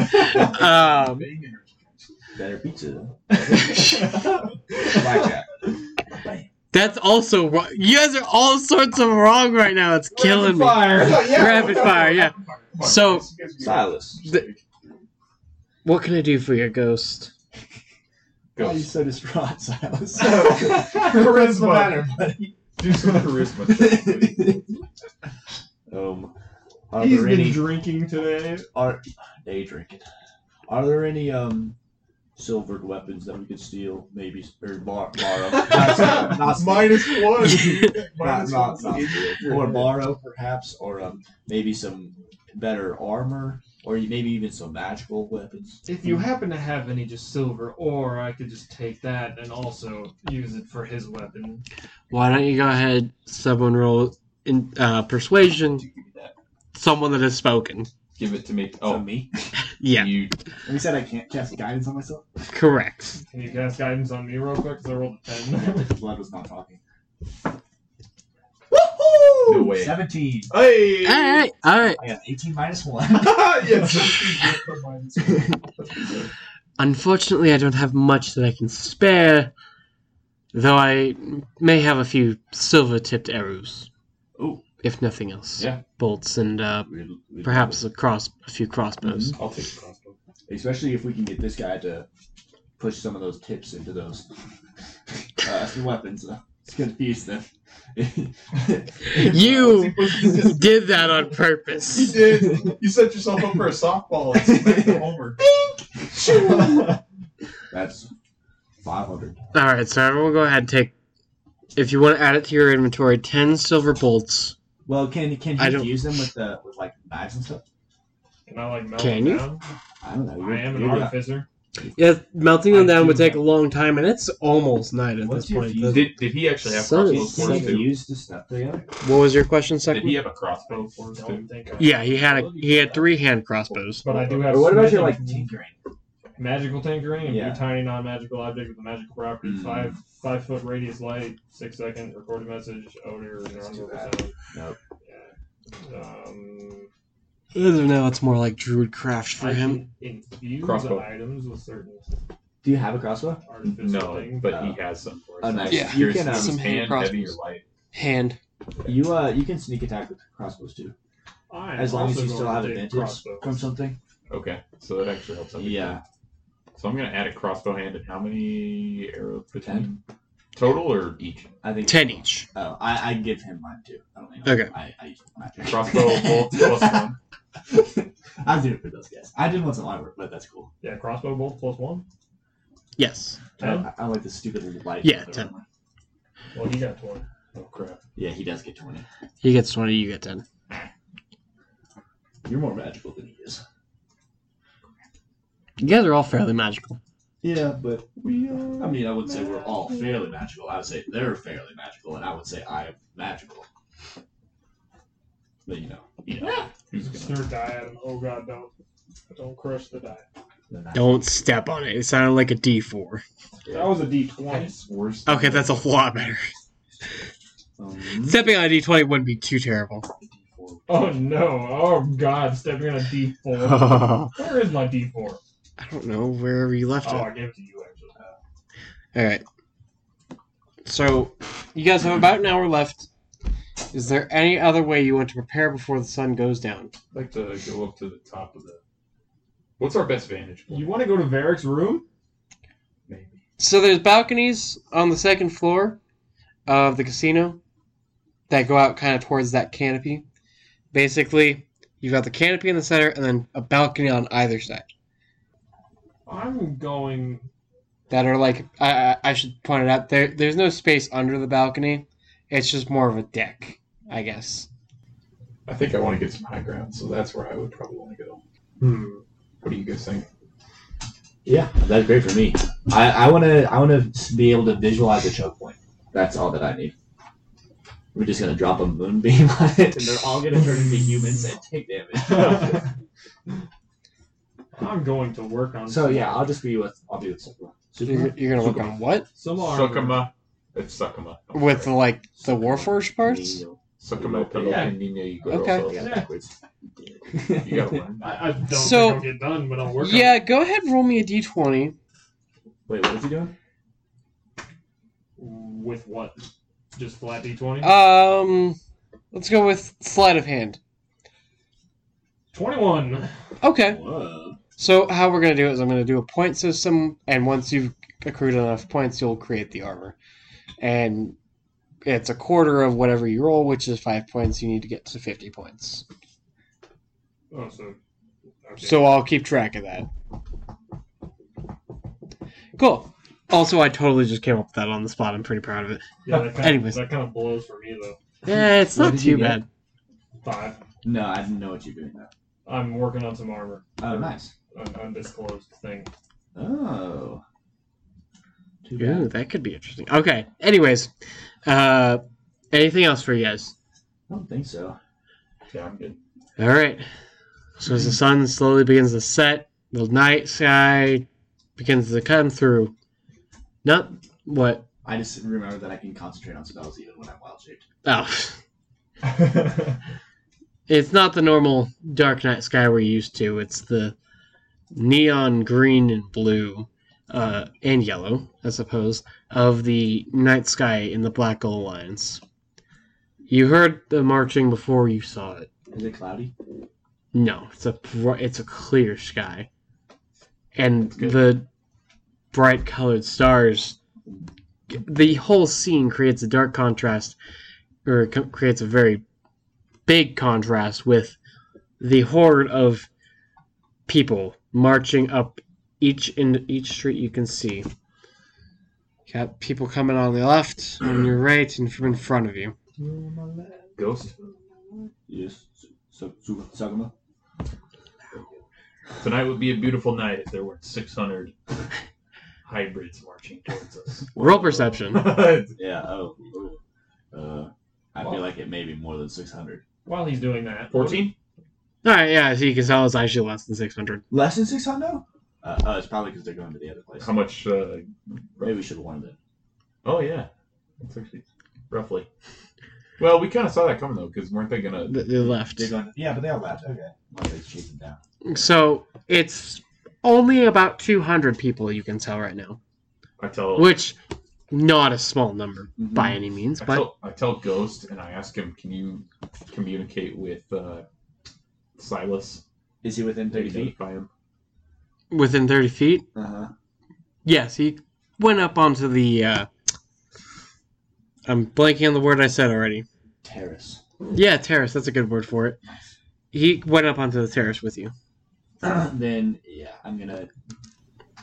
Speaker 2: by-
Speaker 5: Um,
Speaker 4: Better pizza. Blackjack. Bam.
Speaker 5: that's also wrong. You guys are all sorts of wrong right now. It's killing me.
Speaker 2: Fire.
Speaker 5: Rapid fire, yeah. So-
Speaker 4: Silas.
Speaker 5: The- What can I do for your ghost?
Speaker 4: Why are you
Speaker 3: Ghost.
Speaker 4: so distraught, Silas? What's the
Speaker 2: Charisma.
Speaker 4: matter, buddy?
Speaker 3: Do some charisma.
Speaker 4: Um, are
Speaker 2: He's
Speaker 4: there
Speaker 2: been
Speaker 4: any
Speaker 2: drinking today.
Speaker 4: are day drinking? Are there any um silvered weapons that we could steal, maybe or bar, borrow? Not steal, not steal.
Speaker 3: Minus one. dude.
Speaker 4: not,
Speaker 3: Minus
Speaker 4: not,
Speaker 3: one.
Speaker 4: not. or borrow perhaps, or um, maybe some better armor, or maybe even some magical weapons.
Speaker 6: If
Speaker 5: Hmm.
Speaker 6: you happen to have any just silver, or I could just take that and also use it for his weapon.
Speaker 5: Why don't you go ahead? Someone roll in uh, persuasion. Someone that has spoken.
Speaker 3: Give it to me.
Speaker 4: Oh,
Speaker 3: Oh,
Speaker 4: me?
Speaker 5: Yeah,
Speaker 3: you.
Speaker 4: And he said I can't cast guidance on myself.
Speaker 5: correct.
Speaker 2: Can you cast guidance on me real quick? Because I rolled a 10.
Speaker 4: Blood was not talking.
Speaker 3: No way.
Speaker 4: Seventeen.
Speaker 3: Hey.
Speaker 5: All right, all right.
Speaker 4: I got eighteen minus one.
Speaker 3: yes.
Speaker 5: Unfortunately, I don't have much that I can spare, though I may have a few silver tipped arrows.
Speaker 3: Ooh.
Speaker 5: If nothing else.
Speaker 3: Yeah.
Speaker 5: Bolts and uh, perhaps a cross, a few crossbows.
Speaker 3: I'll take the crossbow.
Speaker 4: Especially if we can get this guy to push some of those tips into those uh, weapons. Uh, it's confuse them.
Speaker 5: You did that on
Speaker 3: You
Speaker 5: purpose.
Speaker 3: did. You set yourself up for a softball and smacked the homer.
Speaker 4: That's five hundred.
Speaker 5: All right, so everyone, go ahead and take. If you want to add it to your inventory, ten silver bolts.
Speaker 4: Well, can can
Speaker 5: I
Speaker 4: he
Speaker 5: don't-
Speaker 4: use them with the with like knives and stuff?
Speaker 2: Can I like melt
Speaker 5: Can
Speaker 2: it
Speaker 5: you?
Speaker 2: down?
Speaker 4: I don't know.
Speaker 2: I
Speaker 4: You're-
Speaker 2: am an
Speaker 4: you're the-
Speaker 2: artificer.
Speaker 5: Yeah, melting them
Speaker 2: I
Speaker 5: down would
Speaker 2: do
Speaker 5: take a
Speaker 2: have-
Speaker 5: long time, and it's almost night at
Speaker 4: What's
Speaker 5: this
Speaker 4: your
Speaker 5: point.
Speaker 4: fuse?
Speaker 5: The-
Speaker 3: Did, did he actually have
Speaker 5: Son of
Speaker 3: crossbow
Speaker 4: Can
Speaker 5: a Force
Speaker 3: swords
Speaker 4: can
Speaker 5: two.
Speaker 4: he
Speaker 3: too?
Speaker 4: use the stuff together?
Speaker 5: What was your question,
Speaker 3: Did he
Speaker 5: second?
Speaker 3: have a crossbow
Speaker 2: I
Speaker 3: force too?
Speaker 2: don't think I
Speaker 5: Yeah, he had a he had three hand crossbows.
Speaker 2: But I do have
Speaker 4: Or what about your
Speaker 2: some
Speaker 4: like
Speaker 2: magic-
Speaker 4: tinkering?
Speaker 2: magical tinkering and
Speaker 4: Yeah.
Speaker 2: yeah. tiny non-magical object with a magical property.
Speaker 5: Hmm.
Speaker 4: Mm.
Speaker 2: Five five foot radius light, six second recorded message, odor, and
Speaker 4: Let's do
Speaker 2: non-verbal
Speaker 4: that.
Speaker 2: sound.
Speaker 4: Nope.
Speaker 2: Yeah. Um,
Speaker 5: As of now, it's more like druidcraft for
Speaker 2: I
Speaker 5: him.
Speaker 2: can infuse
Speaker 3: Crossbow.
Speaker 2: items with certain
Speaker 4: Do you have a crossbow?
Speaker 2: artificial
Speaker 3: No,
Speaker 2: things.
Speaker 3: but
Speaker 4: No.
Speaker 3: he has some for
Speaker 4: Oh, nice.
Speaker 5: Yeah.
Speaker 4: You
Speaker 3: Yours
Speaker 4: can, um,
Speaker 3: is
Speaker 5: Some hand
Speaker 3: hand heavy or
Speaker 5: crossbows.
Speaker 3: light.
Speaker 5: Hand.
Speaker 4: You uh, you can sneak attack with crossbows too,
Speaker 2: I am
Speaker 4: as long as
Speaker 2: also
Speaker 4: you still
Speaker 2: going to
Speaker 4: have
Speaker 2: take
Speaker 4: advantage
Speaker 2: crossbow.
Speaker 4: from something.
Speaker 3: Okay, so that actually helps. out. So I'm gonna add a crossbow hand at how many arrows? Between Total or each?
Speaker 4: I think
Speaker 5: Ten each.
Speaker 4: Oh, I, I give him mine too. I don't think
Speaker 5: Okay.
Speaker 4: I, I
Speaker 3: Crossbow bolt plus one.
Speaker 4: I'm doing it for those guys. I did once at my work, but that's cool.
Speaker 2: Yeah, crossbow bolt plus one.
Speaker 5: Yes.
Speaker 4: I,
Speaker 2: Ten?
Speaker 4: I, like the stupid little light.
Speaker 5: Yeah, ten.
Speaker 2: Well, he got twenty.
Speaker 3: Oh crap!
Speaker 4: Yeah, he does get twenty.
Speaker 5: He gets twenty. You get ten.
Speaker 4: You're more magical than he is.
Speaker 5: You guys are all fairly magical.
Speaker 4: Yeah, but
Speaker 3: We are.
Speaker 4: I mean, I wouldn't say we're all fairly magical. I would say they're fairly magical, and I would say I am magical. But you know, you know.
Speaker 3: Who's gonna-
Speaker 2: Snort die at him. Oh god, don't don't crush the die.
Speaker 5: Don't step on it. It sounded like a D four.
Speaker 2: That was a D twenty.
Speaker 3: That's worse. than-
Speaker 5: Okay, that's a lot better.
Speaker 4: Um,
Speaker 5: Stepping on a D twenty wouldn't be too terrible.
Speaker 2: Oh no! Oh god, stepping on a D four.
Speaker 5: I
Speaker 2: Where is my D four?
Speaker 5: don't know wherever you left
Speaker 2: Oh,
Speaker 5: it.
Speaker 2: I gave it to you actually.
Speaker 5: All right. So you guys have about an hour left. Is there any other way you want to prepare before the sun goes down?
Speaker 3: I'd like to go up to the top of the. What's our best vantage point?
Speaker 2: You want to go to Varric's room?
Speaker 3: Maybe.
Speaker 5: So there's balconies on the second floor of the casino that go out kind of towards that canopy. Basically, you've got the canopy in the center and then a balcony on either side
Speaker 2: I'm going.
Speaker 5: that are like I I, I should point it out there there's no space under the balcony. It's just more of a deck, I guess.
Speaker 3: I think I want to get some high ground, so that's where I would probably want to go.
Speaker 2: Hmm.
Speaker 3: What do you guys think?
Speaker 4: Yeah, that's great for me. I, I wanna I wanna be able to visualize a choke point. That's all that I need. We're just gonna drop a moonbeam on it, and they're all gonna turn into humans and take damage.
Speaker 2: I'm going to work on.
Speaker 4: so yeah, I'll just be with I'll be with Sukuma.
Speaker 5: You're,
Speaker 4: Sukuma?
Speaker 5: you're gonna work on what
Speaker 2: some armor.
Speaker 3: Sukuma. It's Sukuma.
Speaker 5: with like the
Speaker 4: Sukuma.
Speaker 5: Warforged parts.
Speaker 4: Nino.
Speaker 3: Sukuma Pinocchio,
Speaker 2: Yeah.
Speaker 3: Nino, you could
Speaker 5: Okay.
Speaker 4: I
Speaker 3: also-
Speaker 4: got it
Speaker 2: Yeah.
Speaker 4: backwards.
Speaker 3: You gotta learn.
Speaker 2: I, I don't
Speaker 5: So-
Speaker 2: think I'll get done, but I'll work. on
Speaker 5: Yeah, go ahead, roll me a d twenty.
Speaker 4: Wait, what is he doing?
Speaker 2: With what? Just flat d20?
Speaker 5: Um, let's go with sleight of hand.
Speaker 2: 21.
Speaker 5: Okay.
Speaker 4: Whoa.
Speaker 5: So how we're gonna do it is I'm gonna do a point system, and once you've accrued enough points, you'll create the armor, and it's a quarter of whatever you roll, which is five points. You need to get to fifty points.
Speaker 2: Oh, so. Okay.
Speaker 5: So I'll keep track of that. Cool. Also, I totally just came up with that on the spot. I'm pretty proud of it.
Speaker 2: yeah, that kind
Speaker 5: anyways.
Speaker 2: Of, that kind of blows for me, though.
Speaker 5: Eh, it's
Speaker 4: What
Speaker 5: not
Speaker 4: did you
Speaker 5: too
Speaker 4: get?
Speaker 5: bad.
Speaker 2: Five.
Speaker 4: No, I didn't know what you're doing though.
Speaker 2: I'm working on some armor.
Speaker 4: Oh nice.
Speaker 2: An undisclosed thing.
Speaker 4: Oh. Too
Speaker 5: Ooh, that could be interesting. Okay. Anyways, uh, anything else for you guys?
Speaker 4: I don't think so.
Speaker 3: Yeah, I'm good.
Speaker 5: All right. So as the sun slowly begins to set, the night sky begins to come through. Not what?
Speaker 4: I just remember that I can concentrate on spells even when I'm wild shaped.
Speaker 5: Oh, it's not the normal dark night sky we're used to. It's the neon green and blue uh, and yellow, I suppose, of the night sky in the Black Gold Lines. You heard the marching before you saw it.
Speaker 4: Is it cloudy?
Speaker 5: No, it's a br- it's a clear sky, and
Speaker 4: good.
Speaker 5: the bright colored stars. The whole scene creates a dark contrast, or co- creates a very big contrast with the horde of people marching up each in each street you can see. Got people coming on the left, on your right, and from in front of you.
Speaker 3: Ghost.
Speaker 4: Yes. So, so, Sugama?
Speaker 3: Tonight would be a beautiful night if there weren't 600 hybrids marching towards us.
Speaker 5: Roll perception.
Speaker 4: Yeah. Oh. Uh, I feel like it may be more than six hundred.
Speaker 2: While he's doing that.
Speaker 3: 14?
Speaker 5: All right, yeah. So you can tell it's actually less than six hundred.
Speaker 4: Less than six hundred? Uh, oh, it's probably because they're going to the other place.
Speaker 3: How much? Uh,
Speaker 4: Maybe we should have warned them.
Speaker 3: oh, yeah. That's actually roughly. Well, we kind of saw that coming, though, because weren't they going to.
Speaker 5: The, the left.
Speaker 4: They're going. Yeah, but they all left. Okay. Well, they chased them down.
Speaker 5: So it's only about 200 people you can tell right now,
Speaker 3: I tell.
Speaker 5: which not a small number
Speaker 4: Mhm.
Speaker 5: by any means,
Speaker 3: I
Speaker 5: but
Speaker 3: tell, I tell Ghost and I ask him, can you communicate with uh, Silas?
Speaker 4: Mm-hmm. Is he within thirty feet?
Speaker 3: Notify him.
Speaker 5: within 30 feet,
Speaker 4: Uh huh.
Speaker 5: yes, he went up onto the uh, I'm blanking on the word I said already.
Speaker 4: Terrace.
Speaker 5: Yeah, terrace. That's a good word for it. He went up onto the terrace with you.
Speaker 4: then yeah, I'm gonna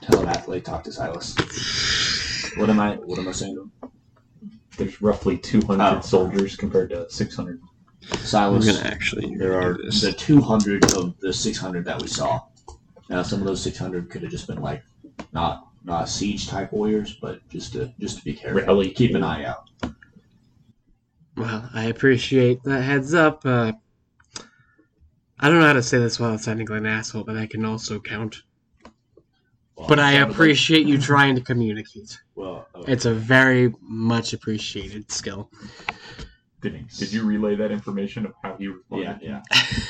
Speaker 4: telepathically talk to Silas. What am I? What am I saying to him?
Speaker 3: There's roughly 200
Speaker 4: Oh.
Speaker 3: soldiers compared to 600.
Speaker 5: I'm
Speaker 4: Silas,
Speaker 5: gonna actually.
Speaker 4: there are
Speaker 5: do this.
Speaker 4: the 200 of the 600 that we saw. Now, some of those 600 could have just been like not not siege type warriors, but just to just to be careful,
Speaker 3: Rally.
Speaker 4: keep an eye out.
Speaker 5: Well, I appreciate that heads up. Uh, I don't know how to say this without sounding like an asshole, but I can also count.
Speaker 4: Well,
Speaker 5: But I
Speaker 4: sounded like-
Speaker 5: appreciate you trying to communicate.
Speaker 4: well, oh, okay.
Speaker 5: It's a very much appreciated skill.
Speaker 3: Did, did you relay that information of how he
Speaker 4: yeah,
Speaker 3: responded?
Speaker 4: yeah.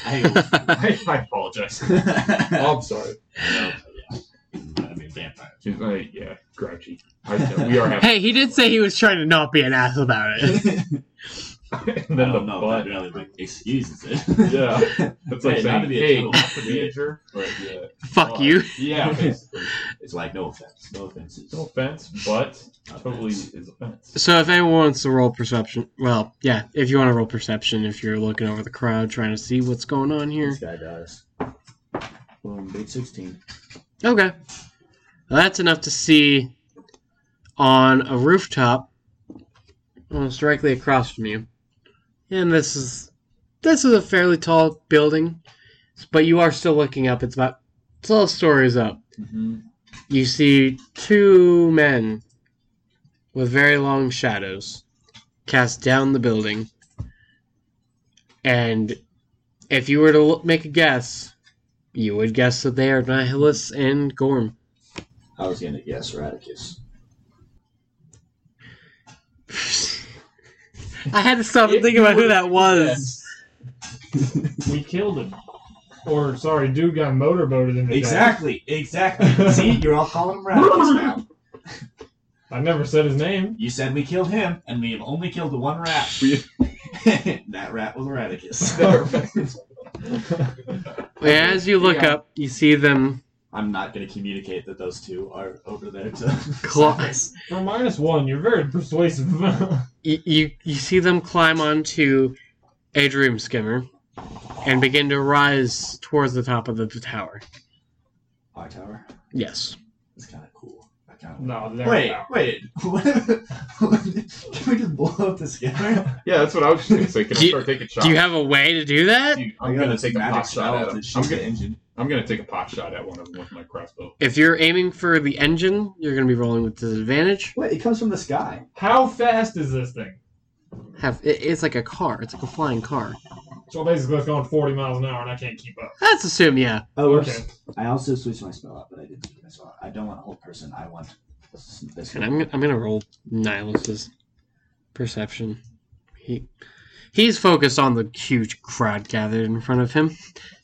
Speaker 4: I,
Speaker 3: I, I apologize.
Speaker 7: Oh, I'm sorry.
Speaker 4: I mean, vampire.
Speaker 3: She's like, yeah, grouchy. I, we are having.
Speaker 5: hey, he did say he was trying to not be an ass about it.
Speaker 3: and
Speaker 4: I
Speaker 3: then the
Speaker 4: don't know. if
Speaker 3: butt.
Speaker 4: That really like excuses it.
Speaker 3: Yeah. That's like
Speaker 4: Hey, not to
Speaker 3: saying,
Speaker 4: be a
Speaker 3: hey,
Speaker 4: total-
Speaker 3: not to be a jerk.
Speaker 4: But,
Speaker 3: Yeah.
Speaker 5: Fuck you.
Speaker 3: Yeah. basically.
Speaker 4: It's like no offense, no offenses.
Speaker 3: No offense, but
Speaker 4: no
Speaker 3: totally
Speaker 4: offense.
Speaker 3: is offense.
Speaker 5: So if anyone wants to roll perception, well, yeah, if you want to roll perception, if you're looking over the crowd trying to see what's going on here.
Speaker 4: This guy does. Boom, big 16.
Speaker 5: Okay. Well, that's enough to see on a rooftop almost directly across from you. And this is this is a fairly tall building, but you are still looking up. It's about 12 stories up.
Speaker 4: Mm-hmm.
Speaker 5: You see two men with very long shadows cast down the building. And if you were to look, make a guess, you would guess that they are Nihilus and Gorm.
Speaker 4: I was gonna guess Radicus.
Speaker 5: I had to stop and think about who that was.
Speaker 2: We killed him. Or, sorry, dude got motorboated in the
Speaker 4: exactly. you're all calling him now.
Speaker 2: I never said his name.
Speaker 4: You said we killed him, and we have only killed the one rat. that rat was Radicus.
Speaker 5: As you look
Speaker 4: Yeah.
Speaker 5: up, you see them.
Speaker 4: I'm not gonna communicate that those two are over there to
Speaker 5: Clo-
Speaker 4: Silas.
Speaker 2: For minus one, you're very persuasive.
Speaker 5: You, you you see them climb onto a dream skimmer and begin to rise towards the top of the tower.
Speaker 4: Our tower.
Speaker 5: Yes.
Speaker 4: It's kind of cool. I kind
Speaker 2: no,
Speaker 4: of
Speaker 2: they're
Speaker 4: wait,
Speaker 2: out.
Speaker 4: wait. What? Can we just blow up the scanner?
Speaker 3: Yeah, that's what I was just gonna say. Can
Speaker 5: Do
Speaker 3: I
Speaker 5: you-
Speaker 3: start taking shots?
Speaker 5: Do you have a way to do that?
Speaker 3: Dude, I'm gonna take a pot shot at him. I'm gonna,
Speaker 4: engine.
Speaker 3: I'm gonna take a pot shot at one of them with my crossbow.
Speaker 5: If you're aiming for the engine, you're going to be rolling with disadvantage.
Speaker 4: Wait, it comes from the sky.
Speaker 2: How fast is this thing?
Speaker 5: Have it, it's like a car. It's like a flying car.
Speaker 2: So basically, it's going 40 miles an hour, and I can't keep up.
Speaker 5: Let's assume, yeah.
Speaker 4: Oh,
Speaker 2: Okay.
Speaker 4: oops. I also switched my spell up, but I didn't do this one. I don't want whole person. I want this. this
Speaker 5: And I'm gonna, I'm gonna roll Nihilus's perception. He he's focused on the huge crowd gathered in front of him.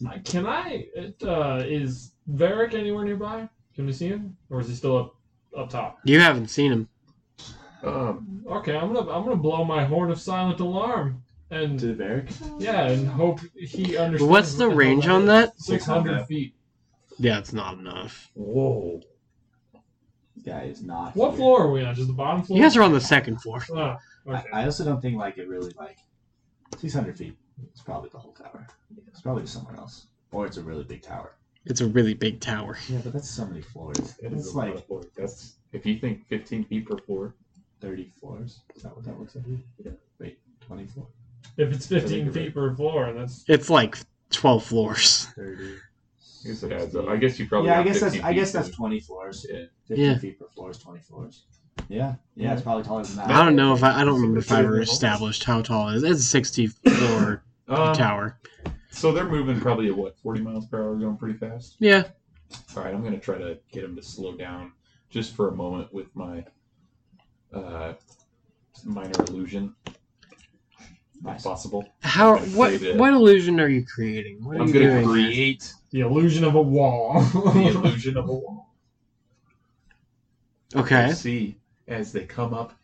Speaker 2: Uh, Can I? It, uh, is Varric anywhere nearby? Can we see him, or is he still up up top?
Speaker 5: You haven't seen him.
Speaker 3: Um,
Speaker 2: Okay, I'm gonna I'm gonna blow my horn of silent alarm, and
Speaker 4: to Varric.
Speaker 2: yeah, and hope he understands.
Speaker 5: What's the range on that?
Speaker 2: Six hundred feet.
Speaker 5: Yeah, it's not enough.
Speaker 3: Whoa.
Speaker 4: This guy is not.
Speaker 2: What
Speaker 4: here.
Speaker 2: floor are we on? Just the bottom floor.
Speaker 5: You guys are on the second floor.
Speaker 2: Ah,
Speaker 4: I,
Speaker 2: okay.
Speaker 4: I also don't think like it really like 600 feet. It's probably the whole tower. It's probably just somewhere else, or it's a really big tower.
Speaker 5: It's a really big tower.
Speaker 4: Yeah, but that's so many floors.
Speaker 3: That
Speaker 4: it's
Speaker 3: is a lot
Speaker 4: like
Speaker 3: of floor. that's if you think 15 feet per floor.
Speaker 4: 30 floors. Is that what that looks like?
Speaker 3: Yeah.
Speaker 4: Wait, 20 floor,
Speaker 2: If it's fifteen
Speaker 3: I think you're
Speaker 2: feet per floor, that's
Speaker 5: It's like twelve floors.
Speaker 4: 30.
Speaker 3: I guess it adds up. I guess you probably.
Speaker 4: yeah, I
Speaker 3: got
Speaker 4: guess that's
Speaker 3: 15
Speaker 4: I
Speaker 3: feet
Speaker 4: guess
Speaker 3: to-
Speaker 4: that's 20 floors.
Speaker 3: Yeah.
Speaker 4: 15
Speaker 5: Yeah.
Speaker 4: feet per floor is 20 floors. Yeah, yeah, it's probably taller than that.
Speaker 5: I don't know if I, I don't remember if I ever established how tall it is. It's a sixty floor
Speaker 3: Um,
Speaker 5: tower.
Speaker 3: so they're moving probably at what 40 miles per hour, going pretty fast.
Speaker 5: Yeah.
Speaker 3: All right, I'm gonna try to get him to slow down just for a moment with my uh, minor illusion, if
Speaker 4: Nice.
Speaker 3: possible.
Speaker 5: How
Speaker 3: I'm gonna
Speaker 5: what
Speaker 3: create a-
Speaker 5: what illusion are you creating? What are
Speaker 3: I'm
Speaker 5: you
Speaker 3: gonna
Speaker 5: doing?
Speaker 3: create
Speaker 2: the illusion of a wall.
Speaker 3: the illusion of a wall.
Speaker 5: Okay.
Speaker 3: You'll see as they come up.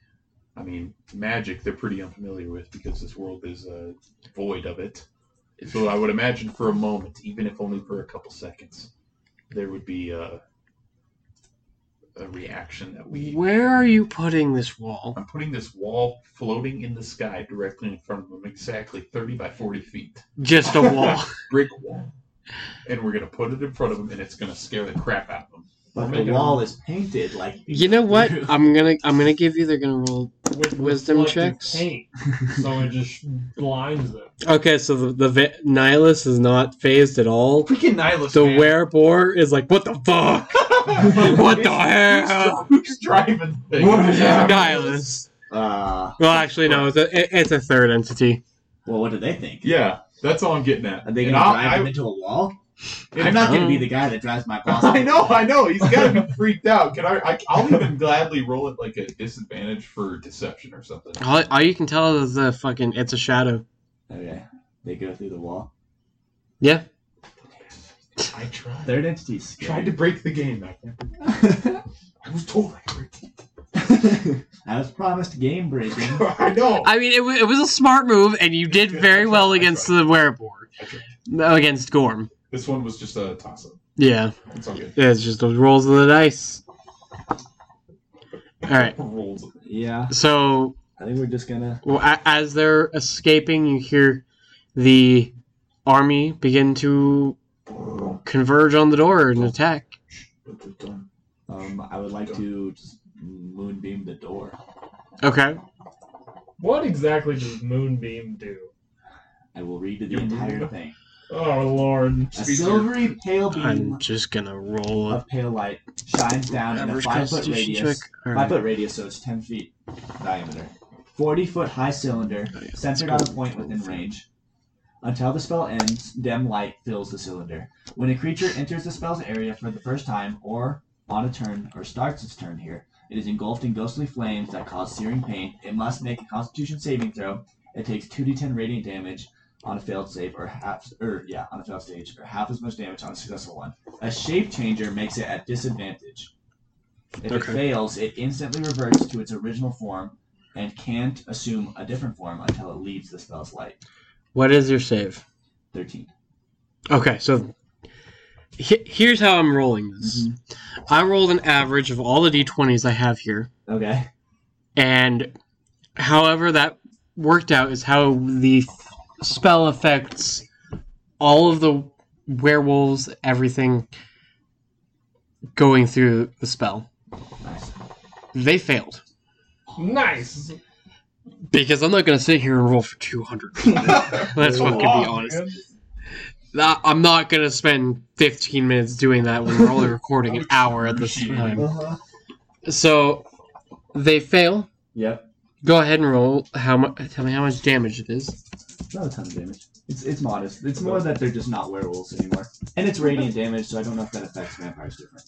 Speaker 3: I mean, magic they're pretty unfamiliar with because this world is uh, void of it. So I would imagine for a moment, even if only for a couple seconds, there would be uh, a reaction that we.
Speaker 5: Where are you putting this wall?
Speaker 3: I'm putting this wall floating in the sky directly in front of them, exactly 30 by 40 feet.
Speaker 5: Just a wall.
Speaker 3: Brick wall. And we're going to put it in front of them, and it's going to scare the crap out of them.
Speaker 4: But the
Speaker 3: Make it
Speaker 4: wall is painted like.
Speaker 5: you know what? I'm gonna I'm gonna give you. They're gonna roll
Speaker 2: With
Speaker 5: Wisdom
Speaker 2: reflective
Speaker 5: checks?
Speaker 2: Paint, so it just blinds them.
Speaker 5: Okay, so the, the vi- Nihilus is not phased at all.
Speaker 3: Freaking Nihilus.
Speaker 5: The
Speaker 3: man.
Speaker 5: werebore is like, what the fuck? what the hell?
Speaker 3: Who's driving? the thing?
Speaker 4: What is that?
Speaker 5: Nihilus.
Speaker 4: Uh,
Speaker 5: Well, actually, no, it's a, it- it's a third entity.
Speaker 4: well, what do they think?
Speaker 3: Yeah, that's all I'm getting at.
Speaker 4: Are they
Speaker 3: And
Speaker 4: gonna
Speaker 3: I'll-
Speaker 4: drive
Speaker 3: I-
Speaker 4: him into a wall?
Speaker 3: and
Speaker 4: I'm
Speaker 3: if-
Speaker 4: not gonna
Speaker 5: Uh-huh.
Speaker 4: be the guy that drives my boss.
Speaker 3: I know, I know. He's got to be freaked out. Can I, I? I'll even gladly roll it like a disadvantage for deception or something.
Speaker 5: All, all you can tell is the fucking, it's a shadow.
Speaker 4: Okay, they go through the wall.
Speaker 5: Yeah.
Speaker 3: I tried.
Speaker 4: Third entity's
Speaker 3: Tried
Speaker 4: scary.
Speaker 3: to break the game. I can't. I was told I break.
Speaker 4: I was promised game breaking.
Speaker 3: I know.
Speaker 5: I mean, it, wa- it was a smart move, and you did very well against the werebore. No, against Gorm.
Speaker 3: This one was just a toss up.
Speaker 5: Yeah,
Speaker 3: It's all good.
Speaker 5: yeah, it's just those rolls of the dice. All right,
Speaker 3: Rolls.
Speaker 4: Yeah,
Speaker 5: so
Speaker 4: I think we're just gonna.
Speaker 5: Well, a- as they're escaping, you hear the army begin to converge on the door and attack.
Speaker 4: Um, I would like to just moonbeam the door.
Speaker 5: Okay.
Speaker 2: What exactly does Moonbeam do?
Speaker 4: I will read the
Speaker 3: You
Speaker 4: entire
Speaker 3: moon-
Speaker 4: thing.
Speaker 2: Oh lord.
Speaker 4: A
Speaker 3: Speak to
Speaker 4: silvery pale
Speaker 5: I'm
Speaker 4: beam
Speaker 5: just gonna roll a
Speaker 4: of pale light shines down in a
Speaker 5: average
Speaker 4: five foot
Speaker 5: constitution check.
Speaker 4: radius.
Speaker 5: All
Speaker 4: Five
Speaker 5: right.
Speaker 4: foot radius, so it's ten feet diameter. Forty foot high cylinder,
Speaker 5: Oh,
Speaker 4: centered on a point within range. Until the spell ends, dim light fills the cylinder. When a creature enters the spell's area for the first time, or on a turn, or starts its turn here, it is engulfed in ghostly flames that cause searing pain. It must make a Constitution saving throw. It takes two d10 radiant damage on a failed save, or half, or yeah, on a failed stage, or half as much damage on a successful one. A shape changer makes it at disadvantage. If it
Speaker 5: Okay.
Speaker 4: fails, it instantly reverts to its original form and can't assume a different form until it leaves the spell's light.
Speaker 5: What is your save?
Speaker 4: 13.
Speaker 5: Okay, so he- here's how I'm rolling this.
Speaker 4: Mm-hmm.
Speaker 5: I rolled an average of all the d20s I have here,
Speaker 4: Okay.
Speaker 5: and however that worked out is how the spell affects all of the werewolves, everything going through the spell.
Speaker 4: Nice.
Speaker 5: They failed.
Speaker 2: Nice.
Speaker 5: Because I'm not going to sit here and roll for 200. Let's fucking be honest. Nah, I'm not going to spend 15 minutes doing that when we're only recording an hour at this time.
Speaker 4: Uh-huh.
Speaker 5: So, they fail.
Speaker 4: Yep.
Speaker 5: Go ahead and roll. How much? Tell me how much damage it is.
Speaker 4: Not a ton of damage. It's, it's modest. It's more that they're just not werewolves anymore. And it's radiant damage, so I don't know if that affects vampires different.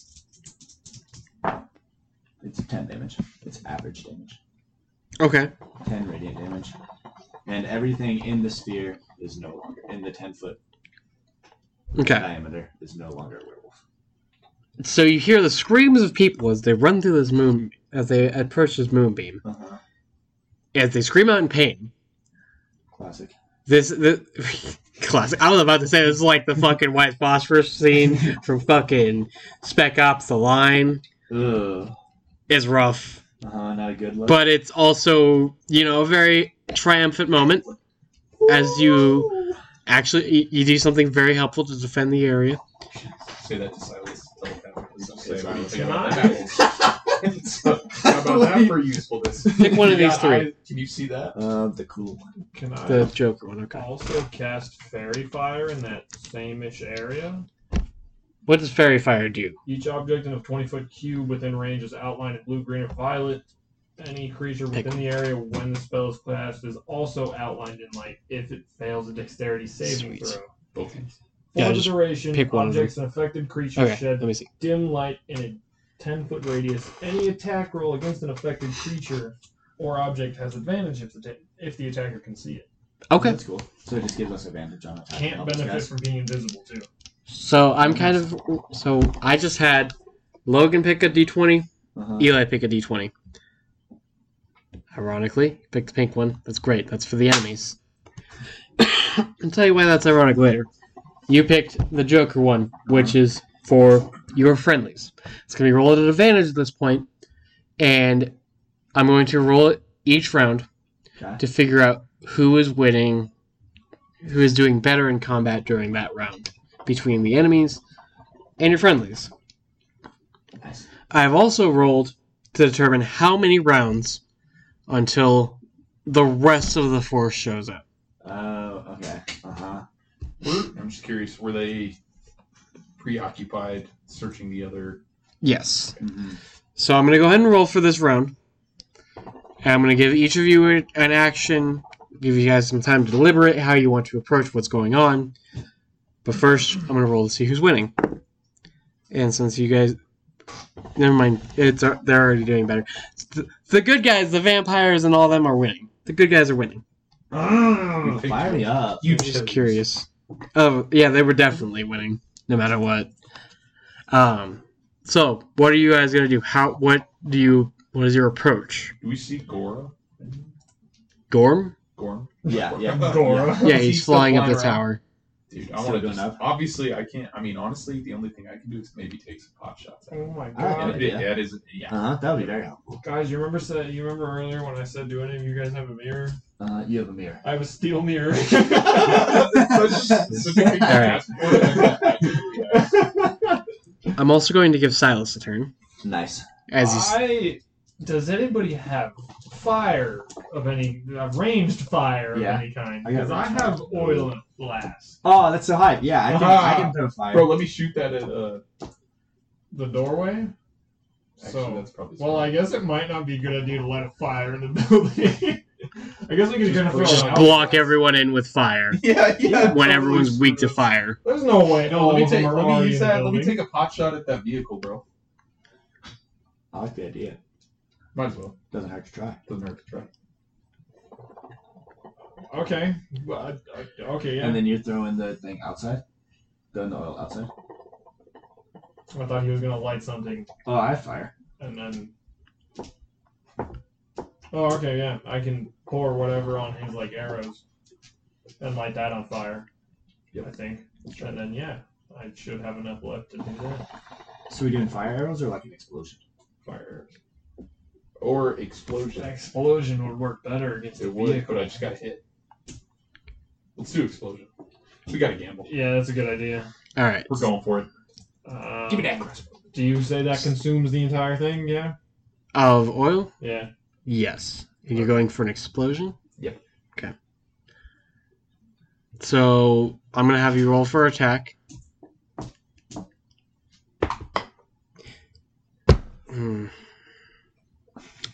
Speaker 4: It's 10 damage. It's average damage.
Speaker 5: Okay.
Speaker 4: 10 radiant damage. And everything in the sphere is no longer, in the 10 foot
Speaker 5: Okay.
Speaker 4: diameter, is no longer a werewolf.
Speaker 5: So you hear the screams of people as they run through this moon, as they approach this moonbeam,
Speaker 4: Uh-huh.
Speaker 5: as they scream out in pain.
Speaker 4: Classic.
Speaker 5: This, this classic. I was about to say this is like the fucking white phosphorus scene from fucking Spec Ops: The Line.
Speaker 4: Ugh.
Speaker 5: Is rough,
Speaker 4: Uh-huh, not a good look.
Speaker 5: but it's also you know a very triumphant moment as you actually you, you do something very helpful to defend the area.
Speaker 3: Say that to Silas. Tell him that was the
Speaker 4: It's
Speaker 3: same.
Speaker 4: Silas.
Speaker 3: Think about that. So, How about that for usefulness?
Speaker 5: Pick one of these
Speaker 3: Yeah,
Speaker 5: three.
Speaker 3: I- can you see that?
Speaker 4: Uh, the cool one.
Speaker 2: Can I
Speaker 5: The Joker one. Okay.
Speaker 2: also cast Fairy Fire in that same-ish area?
Speaker 5: What does fairy fire do?
Speaker 2: Each object in a 20 foot cube within range is outlined in blue, green, and violet. Any creature
Speaker 5: Pick
Speaker 2: within the area when the spell is cast is also outlined in light if it fails a dexterity saving
Speaker 5: Sweet.
Speaker 2: throw.
Speaker 3: Both these.
Speaker 2: For
Speaker 5: Yeah,
Speaker 2: the
Speaker 5: just
Speaker 2: duration,
Speaker 5: pick one of them.
Speaker 2: objects and affected creatures
Speaker 5: Okay. Let
Speaker 2: shed
Speaker 5: me see.
Speaker 2: dim light in a 10 foot radius. Any attack roll against an affected creature or object has advantage if the, ta- if the attacker can see it.
Speaker 5: Okay.
Speaker 4: That's cool. So it just gives us advantage on attack.
Speaker 2: Can't benefit from being invisible, too.
Speaker 5: So I'm kind of so I just had Logan pick a d20,
Speaker 4: Uh-huh.
Speaker 5: Eli pick a d20. Ironically, pick the pink one. That's great. That's for the enemies. I'll tell you why that's ironic later. You picked the Joker one, which is for your friendlies. It's going to be rolled at advantage at this point, and I'm going to roll it each round
Speaker 4: Okay.
Speaker 5: to figure out who is winning, who is doing better in combat during that round between the enemies and your friendlies.
Speaker 4: Nice.
Speaker 5: I've also rolled to determine how many rounds until the rest of the force shows up.
Speaker 4: Oh, okay. Uh huh. Mm-hmm.
Speaker 3: Were- I'm just curious, were they preoccupied searching the other?
Speaker 5: Yes.
Speaker 4: Mm-hmm.
Speaker 5: So I'm going to go ahead and roll for this round. And I'm going to give each of you a- an action, give you guys some time to deliberate how you want to approach what's going on. But first, I'm going to roll to see who's winning. And since you guys. Never mind. It's they're already doing better. The, the good guys, the vampires, and all them are winning. The good guys are winning.
Speaker 2: Ah.
Speaker 4: Oh,
Speaker 3: picked
Speaker 4: fire
Speaker 3: you.
Speaker 4: me up.
Speaker 5: I'm just curious. Oh yeah, they were definitely winning, no matter what. Um, so what are you guys gonna do? How? What do you? What is your approach?
Speaker 3: Do we see Gora?
Speaker 5: Gorm?
Speaker 3: Gorm?
Speaker 4: Yeah, yeah.
Speaker 3: Gora.
Speaker 5: Yeah,
Speaker 2: He's
Speaker 5: he's
Speaker 2: still
Speaker 5: flying up
Speaker 2: flying
Speaker 5: the
Speaker 2: around.
Speaker 5: tower.
Speaker 3: Dude,
Speaker 4: Still
Speaker 3: I want to
Speaker 4: going
Speaker 3: just.
Speaker 4: up.
Speaker 3: Obviously, I can't. I mean, honestly, the only thing I can do is maybe take some pot shots. At
Speaker 2: Oh my
Speaker 4: Ah,
Speaker 3: him.
Speaker 2: god.
Speaker 3: And
Speaker 4: yeah.
Speaker 3: it- that is. Yeah.
Speaker 4: Uh huh. That would be very helpful.
Speaker 2: Guys, you remember sa- you remember earlier when I said, "Do any of you guys have a mirror?"
Speaker 4: Uh, you have a mirror.
Speaker 2: I have a steel mirror.
Speaker 3: Such- such a big passport.
Speaker 5: I'm also going to give Silas a turn
Speaker 4: Nice.
Speaker 5: as he's.
Speaker 2: I does anybody have fire of any uh, ranged fire
Speaker 4: Yeah.
Speaker 2: of any kind?
Speaker 4: I got
Speaker 2: Because I
Speaker 4: ranged
Speaker 2: have
Speaker 4: fire.
Speaker 2: oil and blast.
Speaker 4: Oh, that's so hype. Yeah, I can, I
Speaker 3: Ah.
Speaker 4: can throw fire.
Speaker 3: Bro, let me shoot that at. Uh,
Speaker 2: The doorway.
Speaker 3: actually,
Speaker 2: so
Speaker 3: that's probably.
Speaker 2: well, I guess it might not be a good idea to light a fire in the building. I guess we could
Speaker 3: Just
Speaker 2: kind of throw
Speaker 3: push-
Speaker 5: Just
Speaker 2: it out.
Speaker 5: block everyone's- everyone in with fire
Speaker 3: Yeah, yeah.
Speaker 5: when
Speaker 3: totally
Speaker 5: everyone's weak to
Speaker 3: screwed up.
Speaker 5: fire.
Speaker 2: There's no way.
Speaker 3: No,
Speaker 2: all
Speaker 3: let me
Speaker 2: of them
Speaker 3: take.
Speaker 2: are
Speaker 3: Let me
Speaker 2: already
Speaker 3: use
Speaker 2: in the
Speaker 3: that. Let me
Speaker 2: building.
Speaker 3: take a pot shot at that vehicle, bro.
Speaker 4: I like the idea.
Speaker 3: Might as well.
Speaker 4: Doesn't hurt to try.
Speaker 3: Doesn't hurt to try.
Speaker 2: Okay. Well, I- I- okay. Yeah.
Speaker 4: And then you're throwing the thing outside. Throwing the oil outside.
Speaker 2: I thought he was gonna light something,
Speaker 4: Oh, I have fire.
Speaker 2: and then. Oh, okay. Yeah, I can pour whatever on his like arrows, and light that on fire. I think, and then yeah, I should have enough left to do that.
Speaker 4: So we're doing fire arrows or like an explosion?
Speaker 3: Fire. Or explosion.
Speaker 2: explosion would work better against
Speaker 3: It would, but I just got hit. Let's do explosion. We gotta gamble.
Speaker 2: Yeah, that's a good idea.
Speaker 5: All right.
Speaker 3: We're going for it.
Speaker 2: Um,
Speaker 3: Give me that crossbow.
Speaker 2: Do you say that consumes the entire thing? Yeah.
Speaker 5: Of oil?
Speaker 2: Yeah.
Speaker 5: Yes. And you're going for an explosion?
Speaker 3: Yep.
Speaker 5: Okay. So I'm gonna have you roll for attack. Hmm.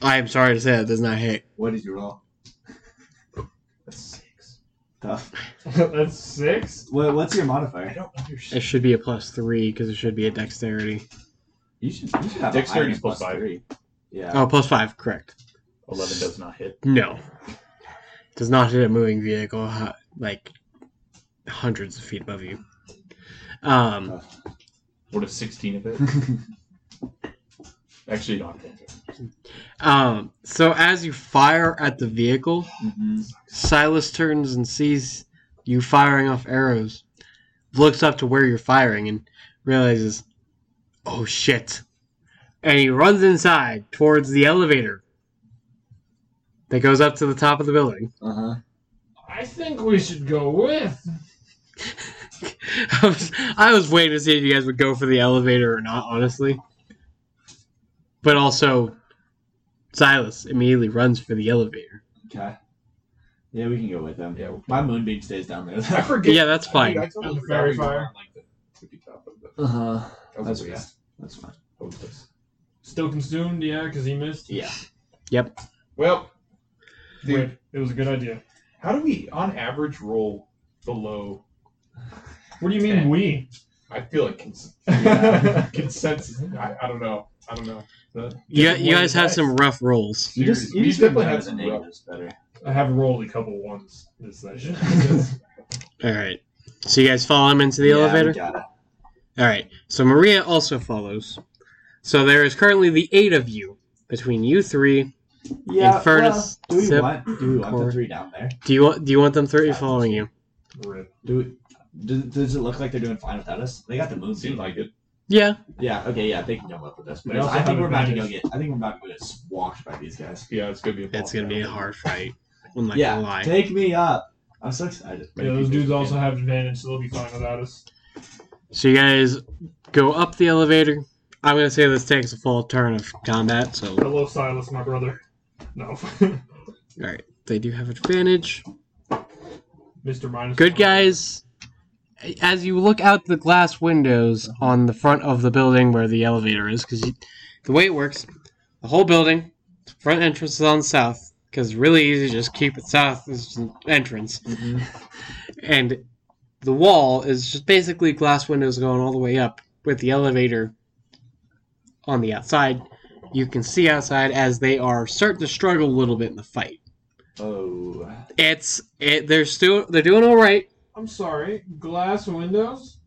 Speaker 5: I am sorry to say that does not hit.
Speaker 4: What is your roll?
Speaker 3: That's six.
Speaker 4: Tough.
Speaker 2: that's six.
Speaker 4: What, what's your modifier?
Speaker 3: don't
Speaker 5: It
Speaker 3: understand.
Speaker 5: should be a plus three because it should be a dexterity.
Speaker 4: You should, you should have
Speaker 8: Dexterity
Speaker 4: a higher
Speaker 8: plus five.
Speaker 4: three. Yeah.
Speaker 5: Oh, plus five, correct.
Speaker 8: Eleven does not hit.
Speaker 5: No, does not hit a moving vehicle hu- like hundreds of feet above you. Um,
Speaker 4: Tough.
Speaker 8: What if sixteen of it? Actually, not.
Speaker 5: um. So as you fire at the vehicle,
Speaker 4: Mhm.
Speaker 5: Silas turns and sees you firing off arrows, looks up to where you're firing, and realizes, oh shit. And he runs inside towards the elevator that goes up to the top of the building.
Speaker 3: Oh.
Speaker 4: Uh-huh.
Speaker 2: I think we should go with.
Speaker 5: I was, I was waiting to see if you guys would go for the elevator or not, honestly. But also, Silas immediately runs for the elevator.
Speaker 4: Okay. Yeah, we can go with them.
Speaker 3: Yeah, we'll-
Speaker 4: My moonbeam stays down there.
Speaker 3: I forget.
Speaker 5: Yeah, that's
Speaker 3: I mean,
Speaker 5: fine.
Speaker 3: I totally
Speaker 2: And the
Speaker 3: forgot
Speaker 2: fairy
Speaker 3: we were
Speaker 2: fire.
Speaker 3: on, like, the tippy top of the-
Speaker 4: Uh-huh.
Speaker 3: That was
Speaker 4: That's
Speaker 3: a
Speaker 4: yeah.
Speaker 3: waste.
Speaker 4: That's fine.
Speaker 3: That was a waste.
Speaker 2: Still consumed, yeah, because he missed.
Speaker 4: Yeah.
Speaker 3: Well, dude,
Speaker 2: Wait, it was a good idea.
Speaker 3: how do we, on average, roll below?
Speaker 2: What do you mean
Speaker 3: Ten.
Speaker 2: we?
Speaker 3: I feel like cons-
Speaker 2: Yeah.
Speaker 3: consensus. I, I don't know. I don't know.
Speaker 5: You,
Speaker 2: Just
Speaker 5: gu- you
Speaker 2: roll
Speaker 5: guys
Speaker 2: the
Speaker 5: have
Speaker 2: dice.
Speaker 5: some rough rolls.
Speaker 4: You just, you
Speaker 3: We
Speaker 4: just definitely
Speaker 3: definitely have
Speaker 4: have
Speaker 3: some
Speaker 4: some name
Speaker 3: rough-
Speaker 4: that's better.
Speaker 2: I have rolled a couple ones this session.
Speaker 5: All right. So you guys follow him into the
Speaker 4: Yeah, we
Speaker 5: elevator?
Speaker 4: gotta.
Speaker 5: All right. So Maria also follows. So there is currently the eight of you between you three.
Speaker 4: Yeah. well,
Speaker 5: Infernus,
Speaker 4: do we
Speaker 5: Sip,
Speaker 4: want do we want
Speaker 5: Cor-
Speaker 4: the three down there?
Speaker 5: Do you want? Do you want them three following you?
Speaker 2: Rip.
Speaker 4: Do we, does, does it look like they're doing fine without us? They got the moonbeam.
Speaker 3: Seemed like it.
Speaker 5: Yeah.
Speaker 4: Yeah. Okay. Yeah. They can come up with us. But
Speaker 6: They also
Speaker 4: I
Speaker 6: have
Speaker 4: think we're about to go
Speaker 6: advantage.
Speaker 4: get. I think we're about to get squashed by these guys.
Speaker 8: Yeah, it's gonna be. A
Speaker 5: It's gonna be a hard fight. I'm not
Speaker 4: yeah.
Speaker 5: gonna lie.
Speaker 4: Take me up. I'm so excited.
Speaker 2: Yeah, those dudes also have advantage, so they'll be fine without us.
Speaker 5: So you guys go up the elevator. I'm gonna say this takes a full turn of combat, so all
Speaker 2: Hello, Silas, my brother. No,
Speaker 5: right. They do have advantage.
Speaker 2: Mister Minus.
Speaker 5: Good
Speaker 2: one.
Speaker 5: guys. As you look out the glass windows on the front of the building where the elevator is, because the way it works, the whole building, front entrance is on south, because really easy to just keep it south as an entrance.
Speaker 4: Mm-hmm.
Speaker 5: And the wall is just basically glass windows going all the way up with the elevator on the outside. You can see outside as they are starting to struggle a little bit in the fight.
Speaker 4: Oh.
Speaker 5: It's it, they're still they're doing all right.
Speaker 2: I'm sorry. Glass windows.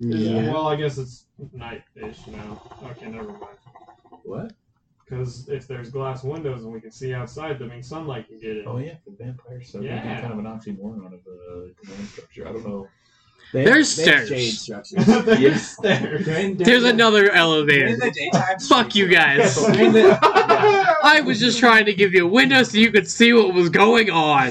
Speaker 2: Is it- Well, I guess it's night-ish now. Okay, never mind.
Speaker 4: What?
Speaker 2: Because if there's glass windows and we can see outside, that means sunlight can get in.
Speaker 8: Oh yeah, the vampire. So yeah,
Speaker 2: Yeah.
Speaker 8: kind of an oxymoron of a command structure. I don't know.
Speaker 4: They,
Speaker 5: There's
Speaker 4: they have
Speaker 5: stairs.
Speaker 4: shade structures.
Speaker 2: There's
Speaker 4: Yeah.
Speaker 2: stairs.
Speaker 4: During-
Speaker 5: There's
Speaker 4: during the-
Speaker 5: another
Speaker 4: during
Speaker 5: elevator.
Speaker 4: the daytime.
Speaker 5: Fuck you guys.
Speaker 4: During the-
Speaker 5: I was just trying to give you a window so you could see what was going on.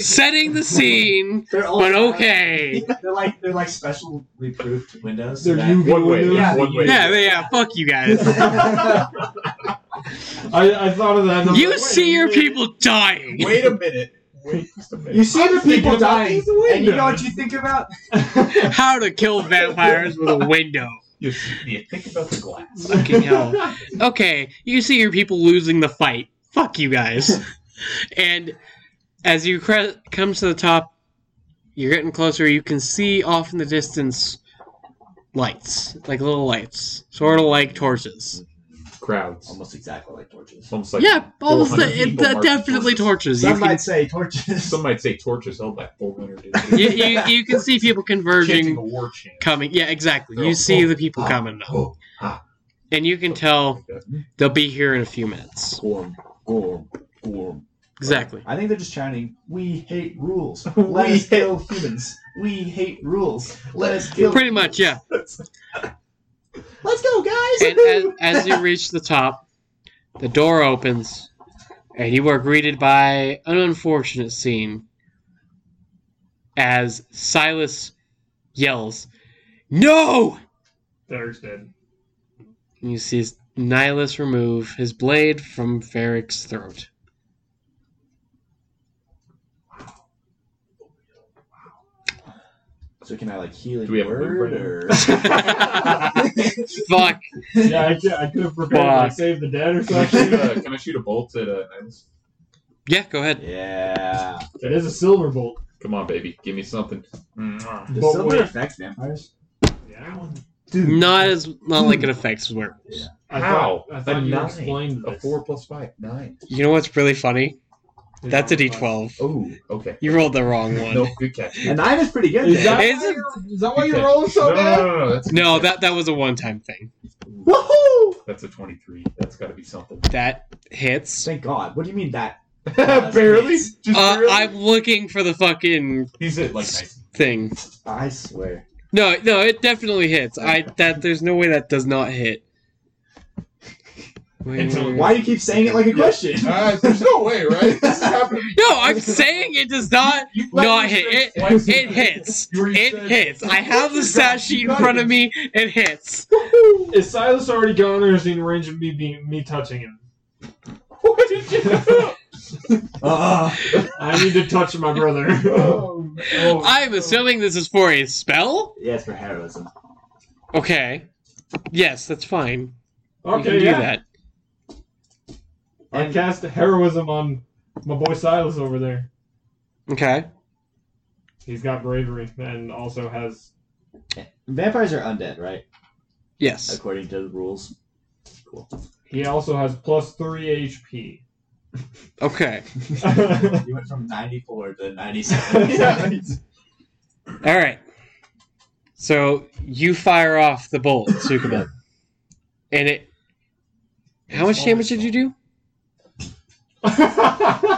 Speaker 5: Setting the scene,
Speaker 4: They're all-
Speaker 5: but okay.
Speaker 4: They're like they're like specially proofed windows. so
Speaker 6: They're
Speaker 4: that-
Speaker 6: UV
Speaker 8: One way,
Speaker 6: windows.
Speaker 4: yeah,
Speaker 8: one way.
Speaker 5: Yeah, yeah, fuck you guys.
Speaker 2: I, I thought of that. and I was
Speaker 5: You
Speaker 2: like, wait
Speaker 5: see
Speaker 2: a
Speaker 5: your
Speaker 2: minute.
Speaker 5: people dying.
Speaker 8: Wait a minute. Wait just a minute.
Speaker 4: you see the
Speaker 2: thinking
Speaker 4: people
Speaker 2: about
Speaker 4: dying,
Speaker 2: these windows.
Speaker 4: and you know what you think about?
Speaker 5: How to kill vampires with a window.
Speaker 8: You, you think about the glass.
Speaker 5: Fucking hell. Okay, you see your people losing the fight. Fuck you guys. And as you cre- come to the top, you're getting closer. You can see off in the distance lights, like little lights, sort of like torches.
Speaker 8: Crowds.
Speaker 4: Almost exactly like torches.
Speaker 8: Almost like
Speaker 5: yeah, almost.
Speaker 8: 400
Speaker 5: The, it,
Speaker 8: people
Speaker 5: de-
Speaker 8: marching
Speaker 5: definitely
Speaker 8: torches.
Speaker 5: torches. You
Speaker 4: Some
Speaker 5: can,
Speaker 4: might say torches.
Speaker 8: Some might say torches held by 400
Speaker 5: you, you, you can see people
Speaker 8: Chanting
Speaker 5: converging,
Speaker 8: a war chant.
Speaker 5: coming. Yeah, exactly.
Speaker 8: Oh,
Speaker 5: You see
Speaker 8: oh,
Speaker 5: the people
Speaker 8: ah,
Speaker 5: coming up.
Speaker 8: Oh, ah,
Speaker 5: And you can tell
Speaker 8: like that.
Speaker 5: They'll be here in a few minutes.
Speaker 4: Gorm, gorm, gorm.
Speaker 5: Exactly.
Speaker 4: I think they're just chanting, "We hate rules. Let us kill humans. We hate rules. Let us kill."
Speaker 5: Pretty much, yeah.
Speaker 4: Let's go, guys!
Speaker 5: And as, as you reach the top, the door opens, and you are greeted by an unfortunate scene as Silas yells, No!
Speaker 2: There's dead.
Speaker 5: And you see Nihilus remove his blade from Varric's throat.
Speaker 4: so can I like heal
Speaker 8: Do we
Speaker 4: a
Speaker 8: have a
Speaker 4: word
Speaker 8: blueprint?
Speaker 4: or?
Speaker 5: Fuck.
Speaker 2: Yeah, I could, I could have prepared like,
Speaker 5: Fuck.
Speaker 2: save the dead or
Speaker 8: Can I, shoot
Speaker 2: something.
Speaker 8: a, can I shoot a bolt at uh, Nihilus?
Speaker 5: Yeah, go ahead.
Speaker 4: yeah.
Speaker 2: it is a silver bolt.
Speaker 8: Come on, baby. Give me something. Mwah.
Speaker 4: Does
Speaker 2: But
Speaker 4: silver
Speaker 2: wait.
Speaker 4: affect vampires?
Speaker 2: Yeah.
Speaker 4: Dude,
Speaker 5: Not as not like it affects werewolves.
Speaker 2: I
Speaker 8: How?
Speaker 2: thought, I thought
Speaker 8: a
Speaker 2: you
Speaker 8: nine.
Speaker 2: explained
Speaker 8: A
Speaker 2: this.
Speaker 8: four plus five. Nine.
Speaker 5: You know what's really funny? That's a
Speaker 2: Yeah.
Speaker 5: d12.
Speaker 8: Oh, okay.
Speaker 5: You rolled the wrong one.
Speaker 8: No, good catch.
Speaker 4: a nine is pretty good.
Speaker 2: Is
Speaker 4: then.
Speaker 2: that,
Speaker 5: Is
Speaker 2: why
Speaker 5: it-
Speaker 2: you're- is that why you roll so
Speaker 8: no,
Speaker 2: bad?
Speaker 8: No, no, no, That's,
Speaker 5: No, that that was a one-time thing.
Speaker 4: Woohoo!
Speaker 8: that's a 23. That's got to be something.
Speaker 5: That hits.
Speaker 4: Thank God. What do you mean that?
Speaker 8: barely?
Speaker 4: nice.
Speaker 8: Just
Speaker 5: Uh,
Speaker 8: barely?
Speaker 5: I'm looking for the fucking
Speaker 8: He's at like 19.
Speaker 5: thing.
Speaker 4: I swear.
Speaker 5: No, no, it definitely hits. I that there's no way that does not hit. Wait,
Speaker 2: It's a-
Speaker 5: wait, wait.
Speaker 4: Why you keep saying it like a question?
Speaker 3: Uh, there's no way, right? This happened to me.
Speaker 5: No, I'm saying it does not
Speaker 3: You let
Speaker 5: not
Speaker 3: me
Speaker 5: hit.
Speaker 3: say
Speaker 5: It
Speaker 3: twice
Speaker 5: it
Speaker 3: as-
Speaker 5: hits.
Speaker 3: You already
Speaker 5: It
Speaker 3: said-
Speaker 5: hits. I have the stat sheet in front of me. It hits.
Speaker 2: Is Silas already gone, or is he in range of me being, me touching him?
Speaker 8: What did you do?
Speaker 4: Uh,
Speaker 2: I need to touch my brother.
Speaker 8: Oh, oh.
Speaker 5: I'm assuming this is for a spell.
Speaker 4: yes, for heroism.
Speaker 5: Okay. Yes, that's fine. You can
Speaker 2: okay,
Speaker 5: do
Speaker 2: yeah.
Speaker 5: that.
Speaker 2: I cast heroism on my boy Silas over there.
Speaker 5: Okay.
Speaker 2: He's got bravery and also has.
Speaker 4: Vampires are undead, right?
Speaker 5: Yes.
Speaker 4: According to the rules. Cool.
Speaker 2: He also has plus three HP.
Speaker 5: Okay.
Speaker 4: You went from 94 to 97.
Speaker 5: All right. So you fire off the bolt, Tsukuba, and it. How much damage did you do?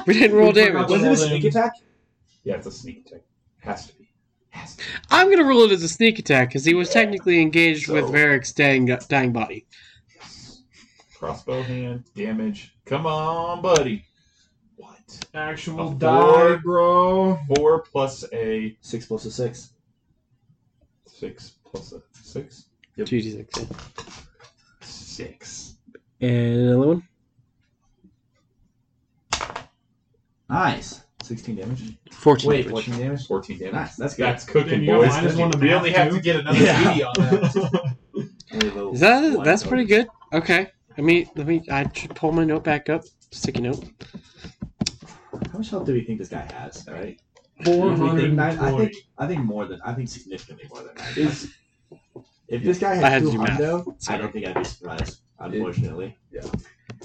Speaker 5: We didn't roll
Speaker 2: We forgot
Speaker 5: damage.
Speaker 4: Was it a sneak attack?
Speaker 8: Yeah, it's a sneak attack. Has to be.
Speaker 3: fast.
Speaker 5: I'm gonna roll it as a sneak attack because he was technically engaged with
Speaker 3: So-
Speaker 5: Varric's dying, dying body.
Speaker 3: Crossbow hand damage. Come on, buddy. What?
Speaker 2: Actual
Speaker 3: A
Speaker 2: die,
Speaker 3: four.
Speaker 2: bro.
Speaker 3: Four plus a
Speaker 4: Six plus a six.
Speaker 3: six plus a six.
Speaker 4: Yep.
Speaker 5: Two d six.
Speaker 3: Six.
Speaker 5: And another one.
Speaker 4: Nice. 16 damage.
Speaker 5: Fourteen.
Speaker 4: Wait,
Speaker 5: damage.
Speaker 4: 14 damage?
Speaker 3: Fourteen damage.
Speaker 4: Nice. That's good.
Speaker 3: That's
Speaker 2: Then
Speaker 3: cooking,
Speaker 2: you got
Speaker 3: boys.
Speaker 2: minus one to
Speaker 3: we
Speaker 2: math,
Speaker 3: only have
Speaker 2: too.
Speaker 3: to get another
Speaker 4: Yeah.
Speaker 3: 80 on that.
Speaker 4: Only a little
Speaker 5: Is that
Speaker 4: one
Speaker 5: that's
Speaker 4: over.
Speaker 5: pretty good? Okay. Let me let me. I should pull my note back up. Sticky note.
Speaker 4: How much health do we think this guy has? All right.
Speaker 2: Four
Speaker 4: We think
Speaker 2: hundred
Speaker 4: nine- I think
Speaker 2: twenty.
Speaker 4: I think more than I think significantly more than that.
Speaker 3: Is-
Speaker 4: if this guy
Speaker 5: I
Speaker 4: had
Speaker 5: had to
Speaker 4: two
Speaker 5: do math.
Speaker 4: hundo, I
Speaker 5: Sorry.
Speaker 4: don't think I'd be surprised. Unfortunately,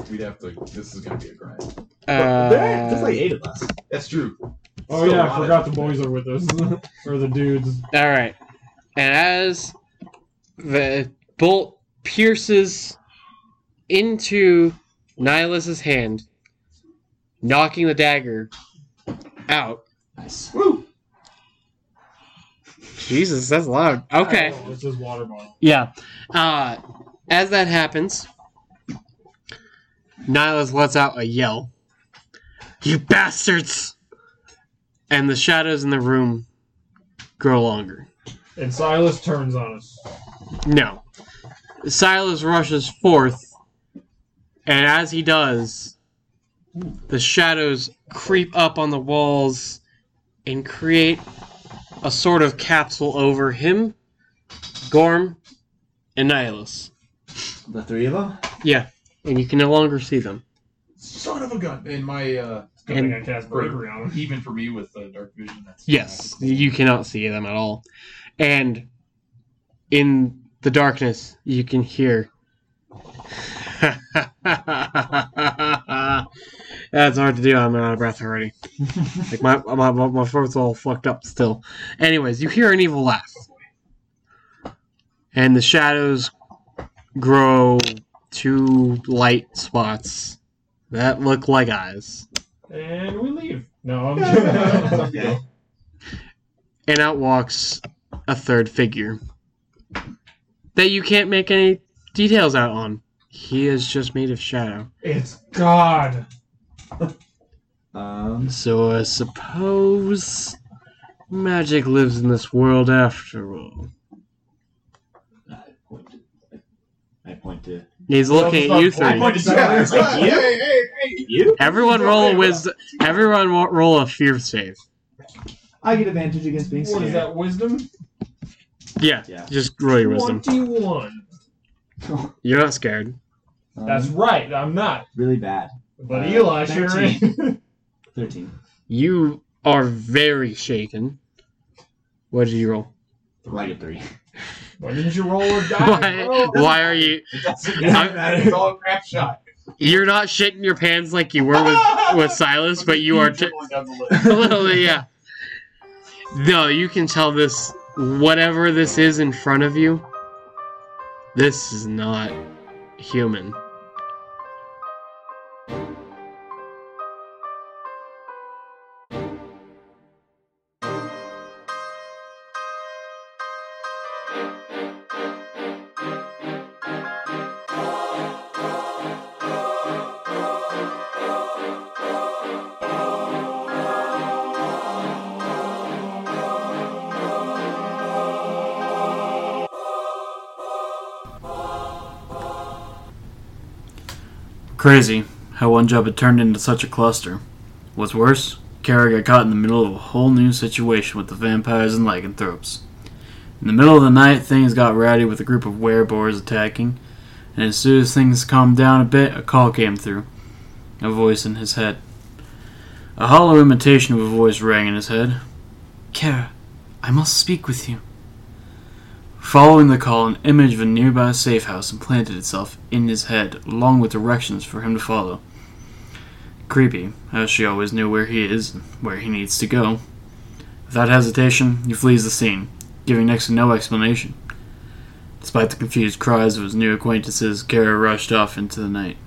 Speaker 3: We'd have to. This is gonna be a grind.
Speaker 4: But there- there's
Speaker 5: Uh,
Speaker 4: like eight of us.
Speaker 3: That's true.
Speaker 2: Oh
Speaker 3: Still a
Speaker 2: yeah,
Speaker 3: lot
Speaker 2: I
Speaker 3: of-
Speaker 2: forgot the boys are with us, or the dudes.
Speaker 5: all right. And as the bolt pierces into Nihilus's hand, knocking the dagger out.
Speaker 4: Nice.
Speaker 3: Woo!
Speaker 5: Jesus, that's loud. Okay.
Speaker 2: Oh, it's his water bottle.
Speaker 5: Yeah. Uh, as that happens, Nihilus lets out a yell. You bastards! And the shadows in the room grow longer.
Speaker 2: And Silas turns on us.
Speaker 5: No. Silas rushes forth, and as he does, the shadows creep up on the walls and create a sort of capsule over him, Gorm, and Nihilus.
Speaker 4: The three of them.
Speaker 5: Yeah, and you can no longer see them.
Speaker 3: Son of a gun. And my uh,
Speaker 2: Good
Speaker 5: And-
Speaker 2: thing I cast bravery on him.
Speaker 3: even for me with uh, dark vision, that's
Speaker 5: Yes, you cannot see them at all. And in the darkness, you can hear. That's hard to do. I'm out of breath already. like my my my my throat's all fucked up still. Anyways, you hear an evil laugh, and the shadows grow two light spots that look like eyes.
Speaker 2: And we leave. No, I'm kidding.
Speaker 4: Okay.
Speaker 5: and out walks a third figure that you can't make any details out on. He is just made of shadow.
Speaker 2: it's God.
Speaker 4: Um.
Speaker 5: So I suppose magic lives in this world after all.
Speaker 4: I point to. I point to
Speaker 5: He's
Speaker 2: Well,
Speaker 5: looking at
Speaker 2: that's
Speaker 5: you
Speaker 2: not- I
Speaker 5: three.
Speaker 2: pointed
Speaker 3: Yeah, it's like,
Speaker 4: You?
Speaker 3: Hey, hey, hey.
Speaker 4: you.
Speaker 5: Everyone roll a wisdom. Everyone ro- roll a fear save.
Speaker 4: I get advantage against being
Speaker 2: What is that? Wisdom.
Speaker 5: Yeah,
Speaker 4: Yeah.
Speaker 5: just roll your wisdom.
Speaker 2: Twenty-one.
Speaker 5: You're not scared.
Speaker 4: Um,
Speaker 2: That's right. I'm not.
Speaker 4: really bad.
Speaker 2: But
Speaker 4: Uh,
Speaker 2: Eli sure is.
Speaker 4: Thirteen.
Speaker 5: You are very shaken. What did you roll?
Speaker 4: Like a three.
Speaker 2: Why didn't you roll a die?
Speaker 5: Why,
Speaker 2: bro?
Speaker 5: why are you?
Speaker 3: It doesn't
Speaker 5: I'm-
Speaker 3: matter. It's all a crap shot.
Speaker 5: You're not shitting your pants like you were with with Silas, but you are t-
Speaker 3: Dribbling down the list.
Speaker 5: literally yeah. No, you can tell this whatever this is in front of you. This is not human.
Speaker 1: Crazy how one job had turned into such a cluster. What's worse, Kara got caught in the middle of a whole new situation with the vampires and lycanthropes. In the middle of the night, things got rowdy with a group of werebores attacking, and as soon as things calmed down a bit, a call came through. A voice in his head. A hollow imitation of a voice rang in his head. Kara, I must speak with you. Following the call, an image of a nearby safe house implanted itself in his head, along with directions for him to follow. Creepy, as she always knew where he is and where he needs to go. Without hesitation, he flees the scene, giving next to no explanation. Despite the confused cries of his new acquaintances, Kara rushed off into the night.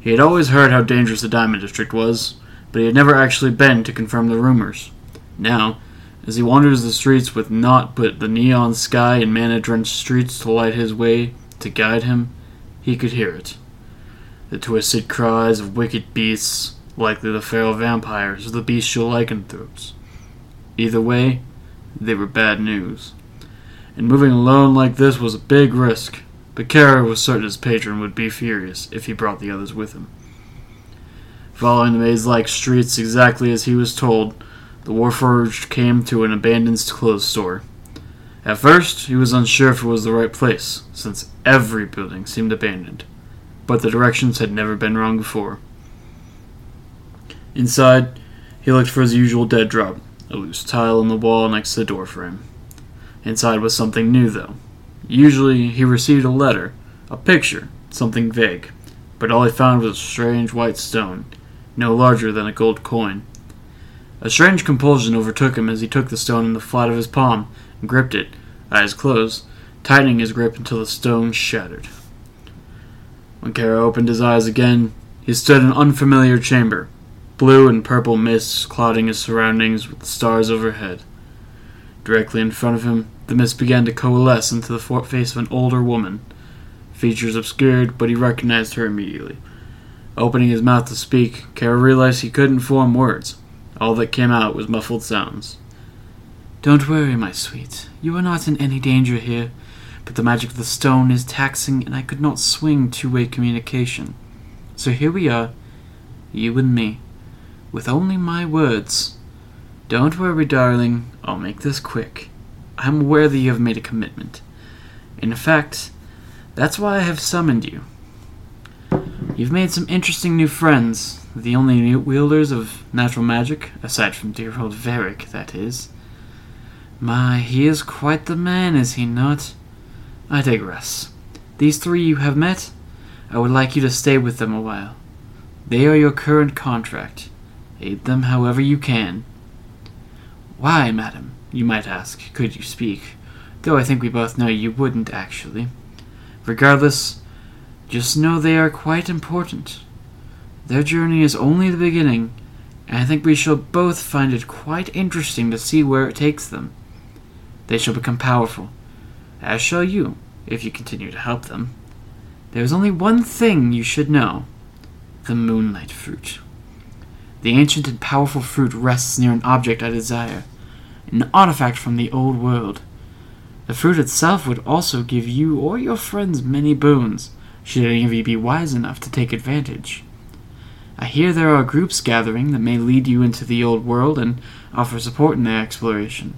Speaker 1: He had always heard how dangerous the Diamond District was, but he had never actually been to confirm the rumors. Now, As he wanders the streets with naught but the neon sky and mana drenched streets to light his way, to guide him, he could hear it. The twisted cries of wicked beasts, likely the feral vampires or the bestial lycanthropes. Either way, they were bad news. And moving alone like this was a big risk, but Kara was certain his patron would be furious if he brought the others with him. Following the maze like streets exactly as he was told, the Warforged came to an abandoned clothes store. At first, he was unsure if it was the right place, since every building seemed abandoned, but the directions had never been wrong before. Inside, he looked for his usual dead drop a loose tile on the wall next to the doorframe. Inside was something new, though. Usually, he received a letter, a picture, something vague, but all he found was a strange white stone, no larger than a gold coin. A strange compulsion overtook him as he took the stone in the flat of his palm and gripped it, eyes closed, tightening his grip until the stone shattered. When Kara opened his eyes again, he stood in an unfamiliar chamber, blue and purple mists clouding his surroundings with the stars overhead. Directly in front of him, the mist began to coalesce into the for- face of an older woman, features obscured, but he recognized her immediately. Opening his mouth to speak, Kara realized he couldn't form words. All that came out was muffled sounds. Don't worry, my sweet. You are not in any danger here, but the magic of the stone is taxing, and I could not swing two way communication. So here we are, you and me with only my words. Don't worry, darling, I'll make this quick. I'm aware that you have made a commitment. In fact, that's why I have summoned you. You've made some interesting new friends, the only new wielders of natural magic, aside from dear old Varric, that is. My, he is quite the man, is he not? I digress. These three you have met, I would like you to stay with them a while. They are your current contract. Aid them however you can. Why, madam, you might ask, could you speak? Though I think we both know you wouldn't, actually. Regardless, just know they are quite important. Their journey is only the beginning, and I think we shall both find it quite interesting to see where it takes them. They shall become powerful, as shall you, if you continue to help them. There is only one thing you should know the moonlight fruit. The ancient and powerful fruit rests near an object I desire, an artifact from the old world. The fruit itself would also give you or your friends many boons, should any of you be wise enough to take advantage. I hear there are groups gathering that may lead you into the old world and offer support in their exploration.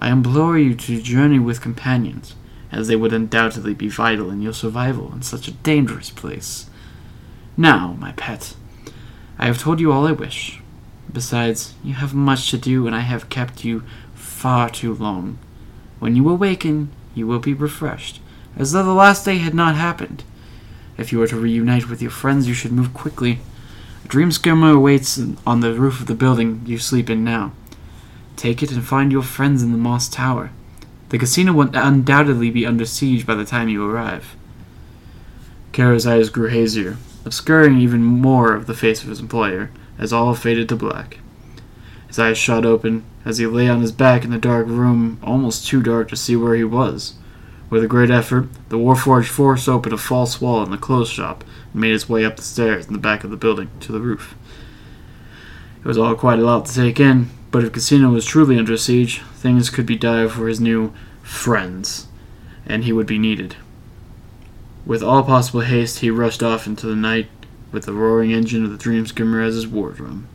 Speaker 1: I implore you to journey with companions, as they would undoubtedly be vital in your survival in such a dangerous place. Now, my pet, I have told you all I wish. Besides, you have much to do, and I have kept you far too long. When you awaken, you will be refreshed, as though the last day had not happened. If you are to reunite with your friends, you should move quickly. A dream skimmer awaits on the roof of the building you sleep in now. Take it and find your friends in the Moss Tower. The casino will undoubtedly be under siege by the time you arrive. Kara's eyes grew hazier obscuring even more of the face of his employer, as all faded to black. His eyes shot open as he lay on his back in the dark room, almost too dark to see where he was. With a great effort, the Warforged forced open a false wall in the clothes shop and made his way up the stairs in the back of the building to the roof. It was all quite a lot to take in, but if Casino was truly under siege, things could be dire for his new friends, and he would be needed. With all possible haste, he rushed off into the night with the roaring engine of the Dream Skimmer as his wardroom.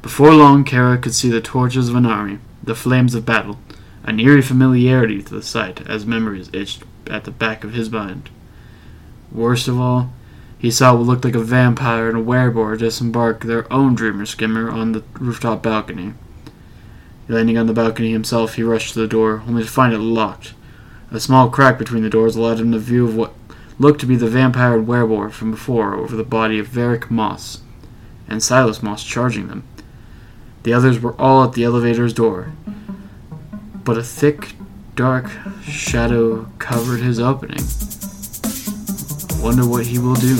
Speaker 1: Before long, Kara could see the torches of an army, the flames of battle, an eerie familiarity to the sight as memories itched at the back of his mind. Worst of all, he saw what looked like a vampire and a werebore disembark their own Dreamer Skimmer on the rooftop balcony. Landing on the balcony himself, he rushed to the door, only to find it locked. A small crack between the doors allowed him the view of what looked to be the vampire and werewolf from before over the body of Varric Moss and Silas Moss charging them. The others were all at the elevator's door, but a thick, dark shadow covered his opening. Wonder what he will do.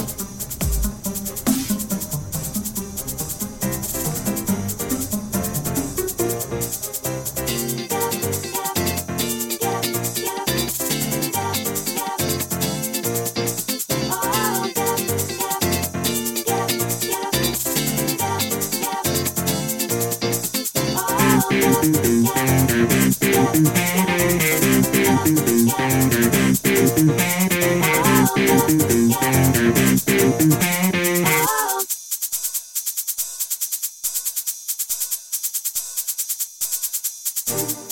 Speaker 5: Bye.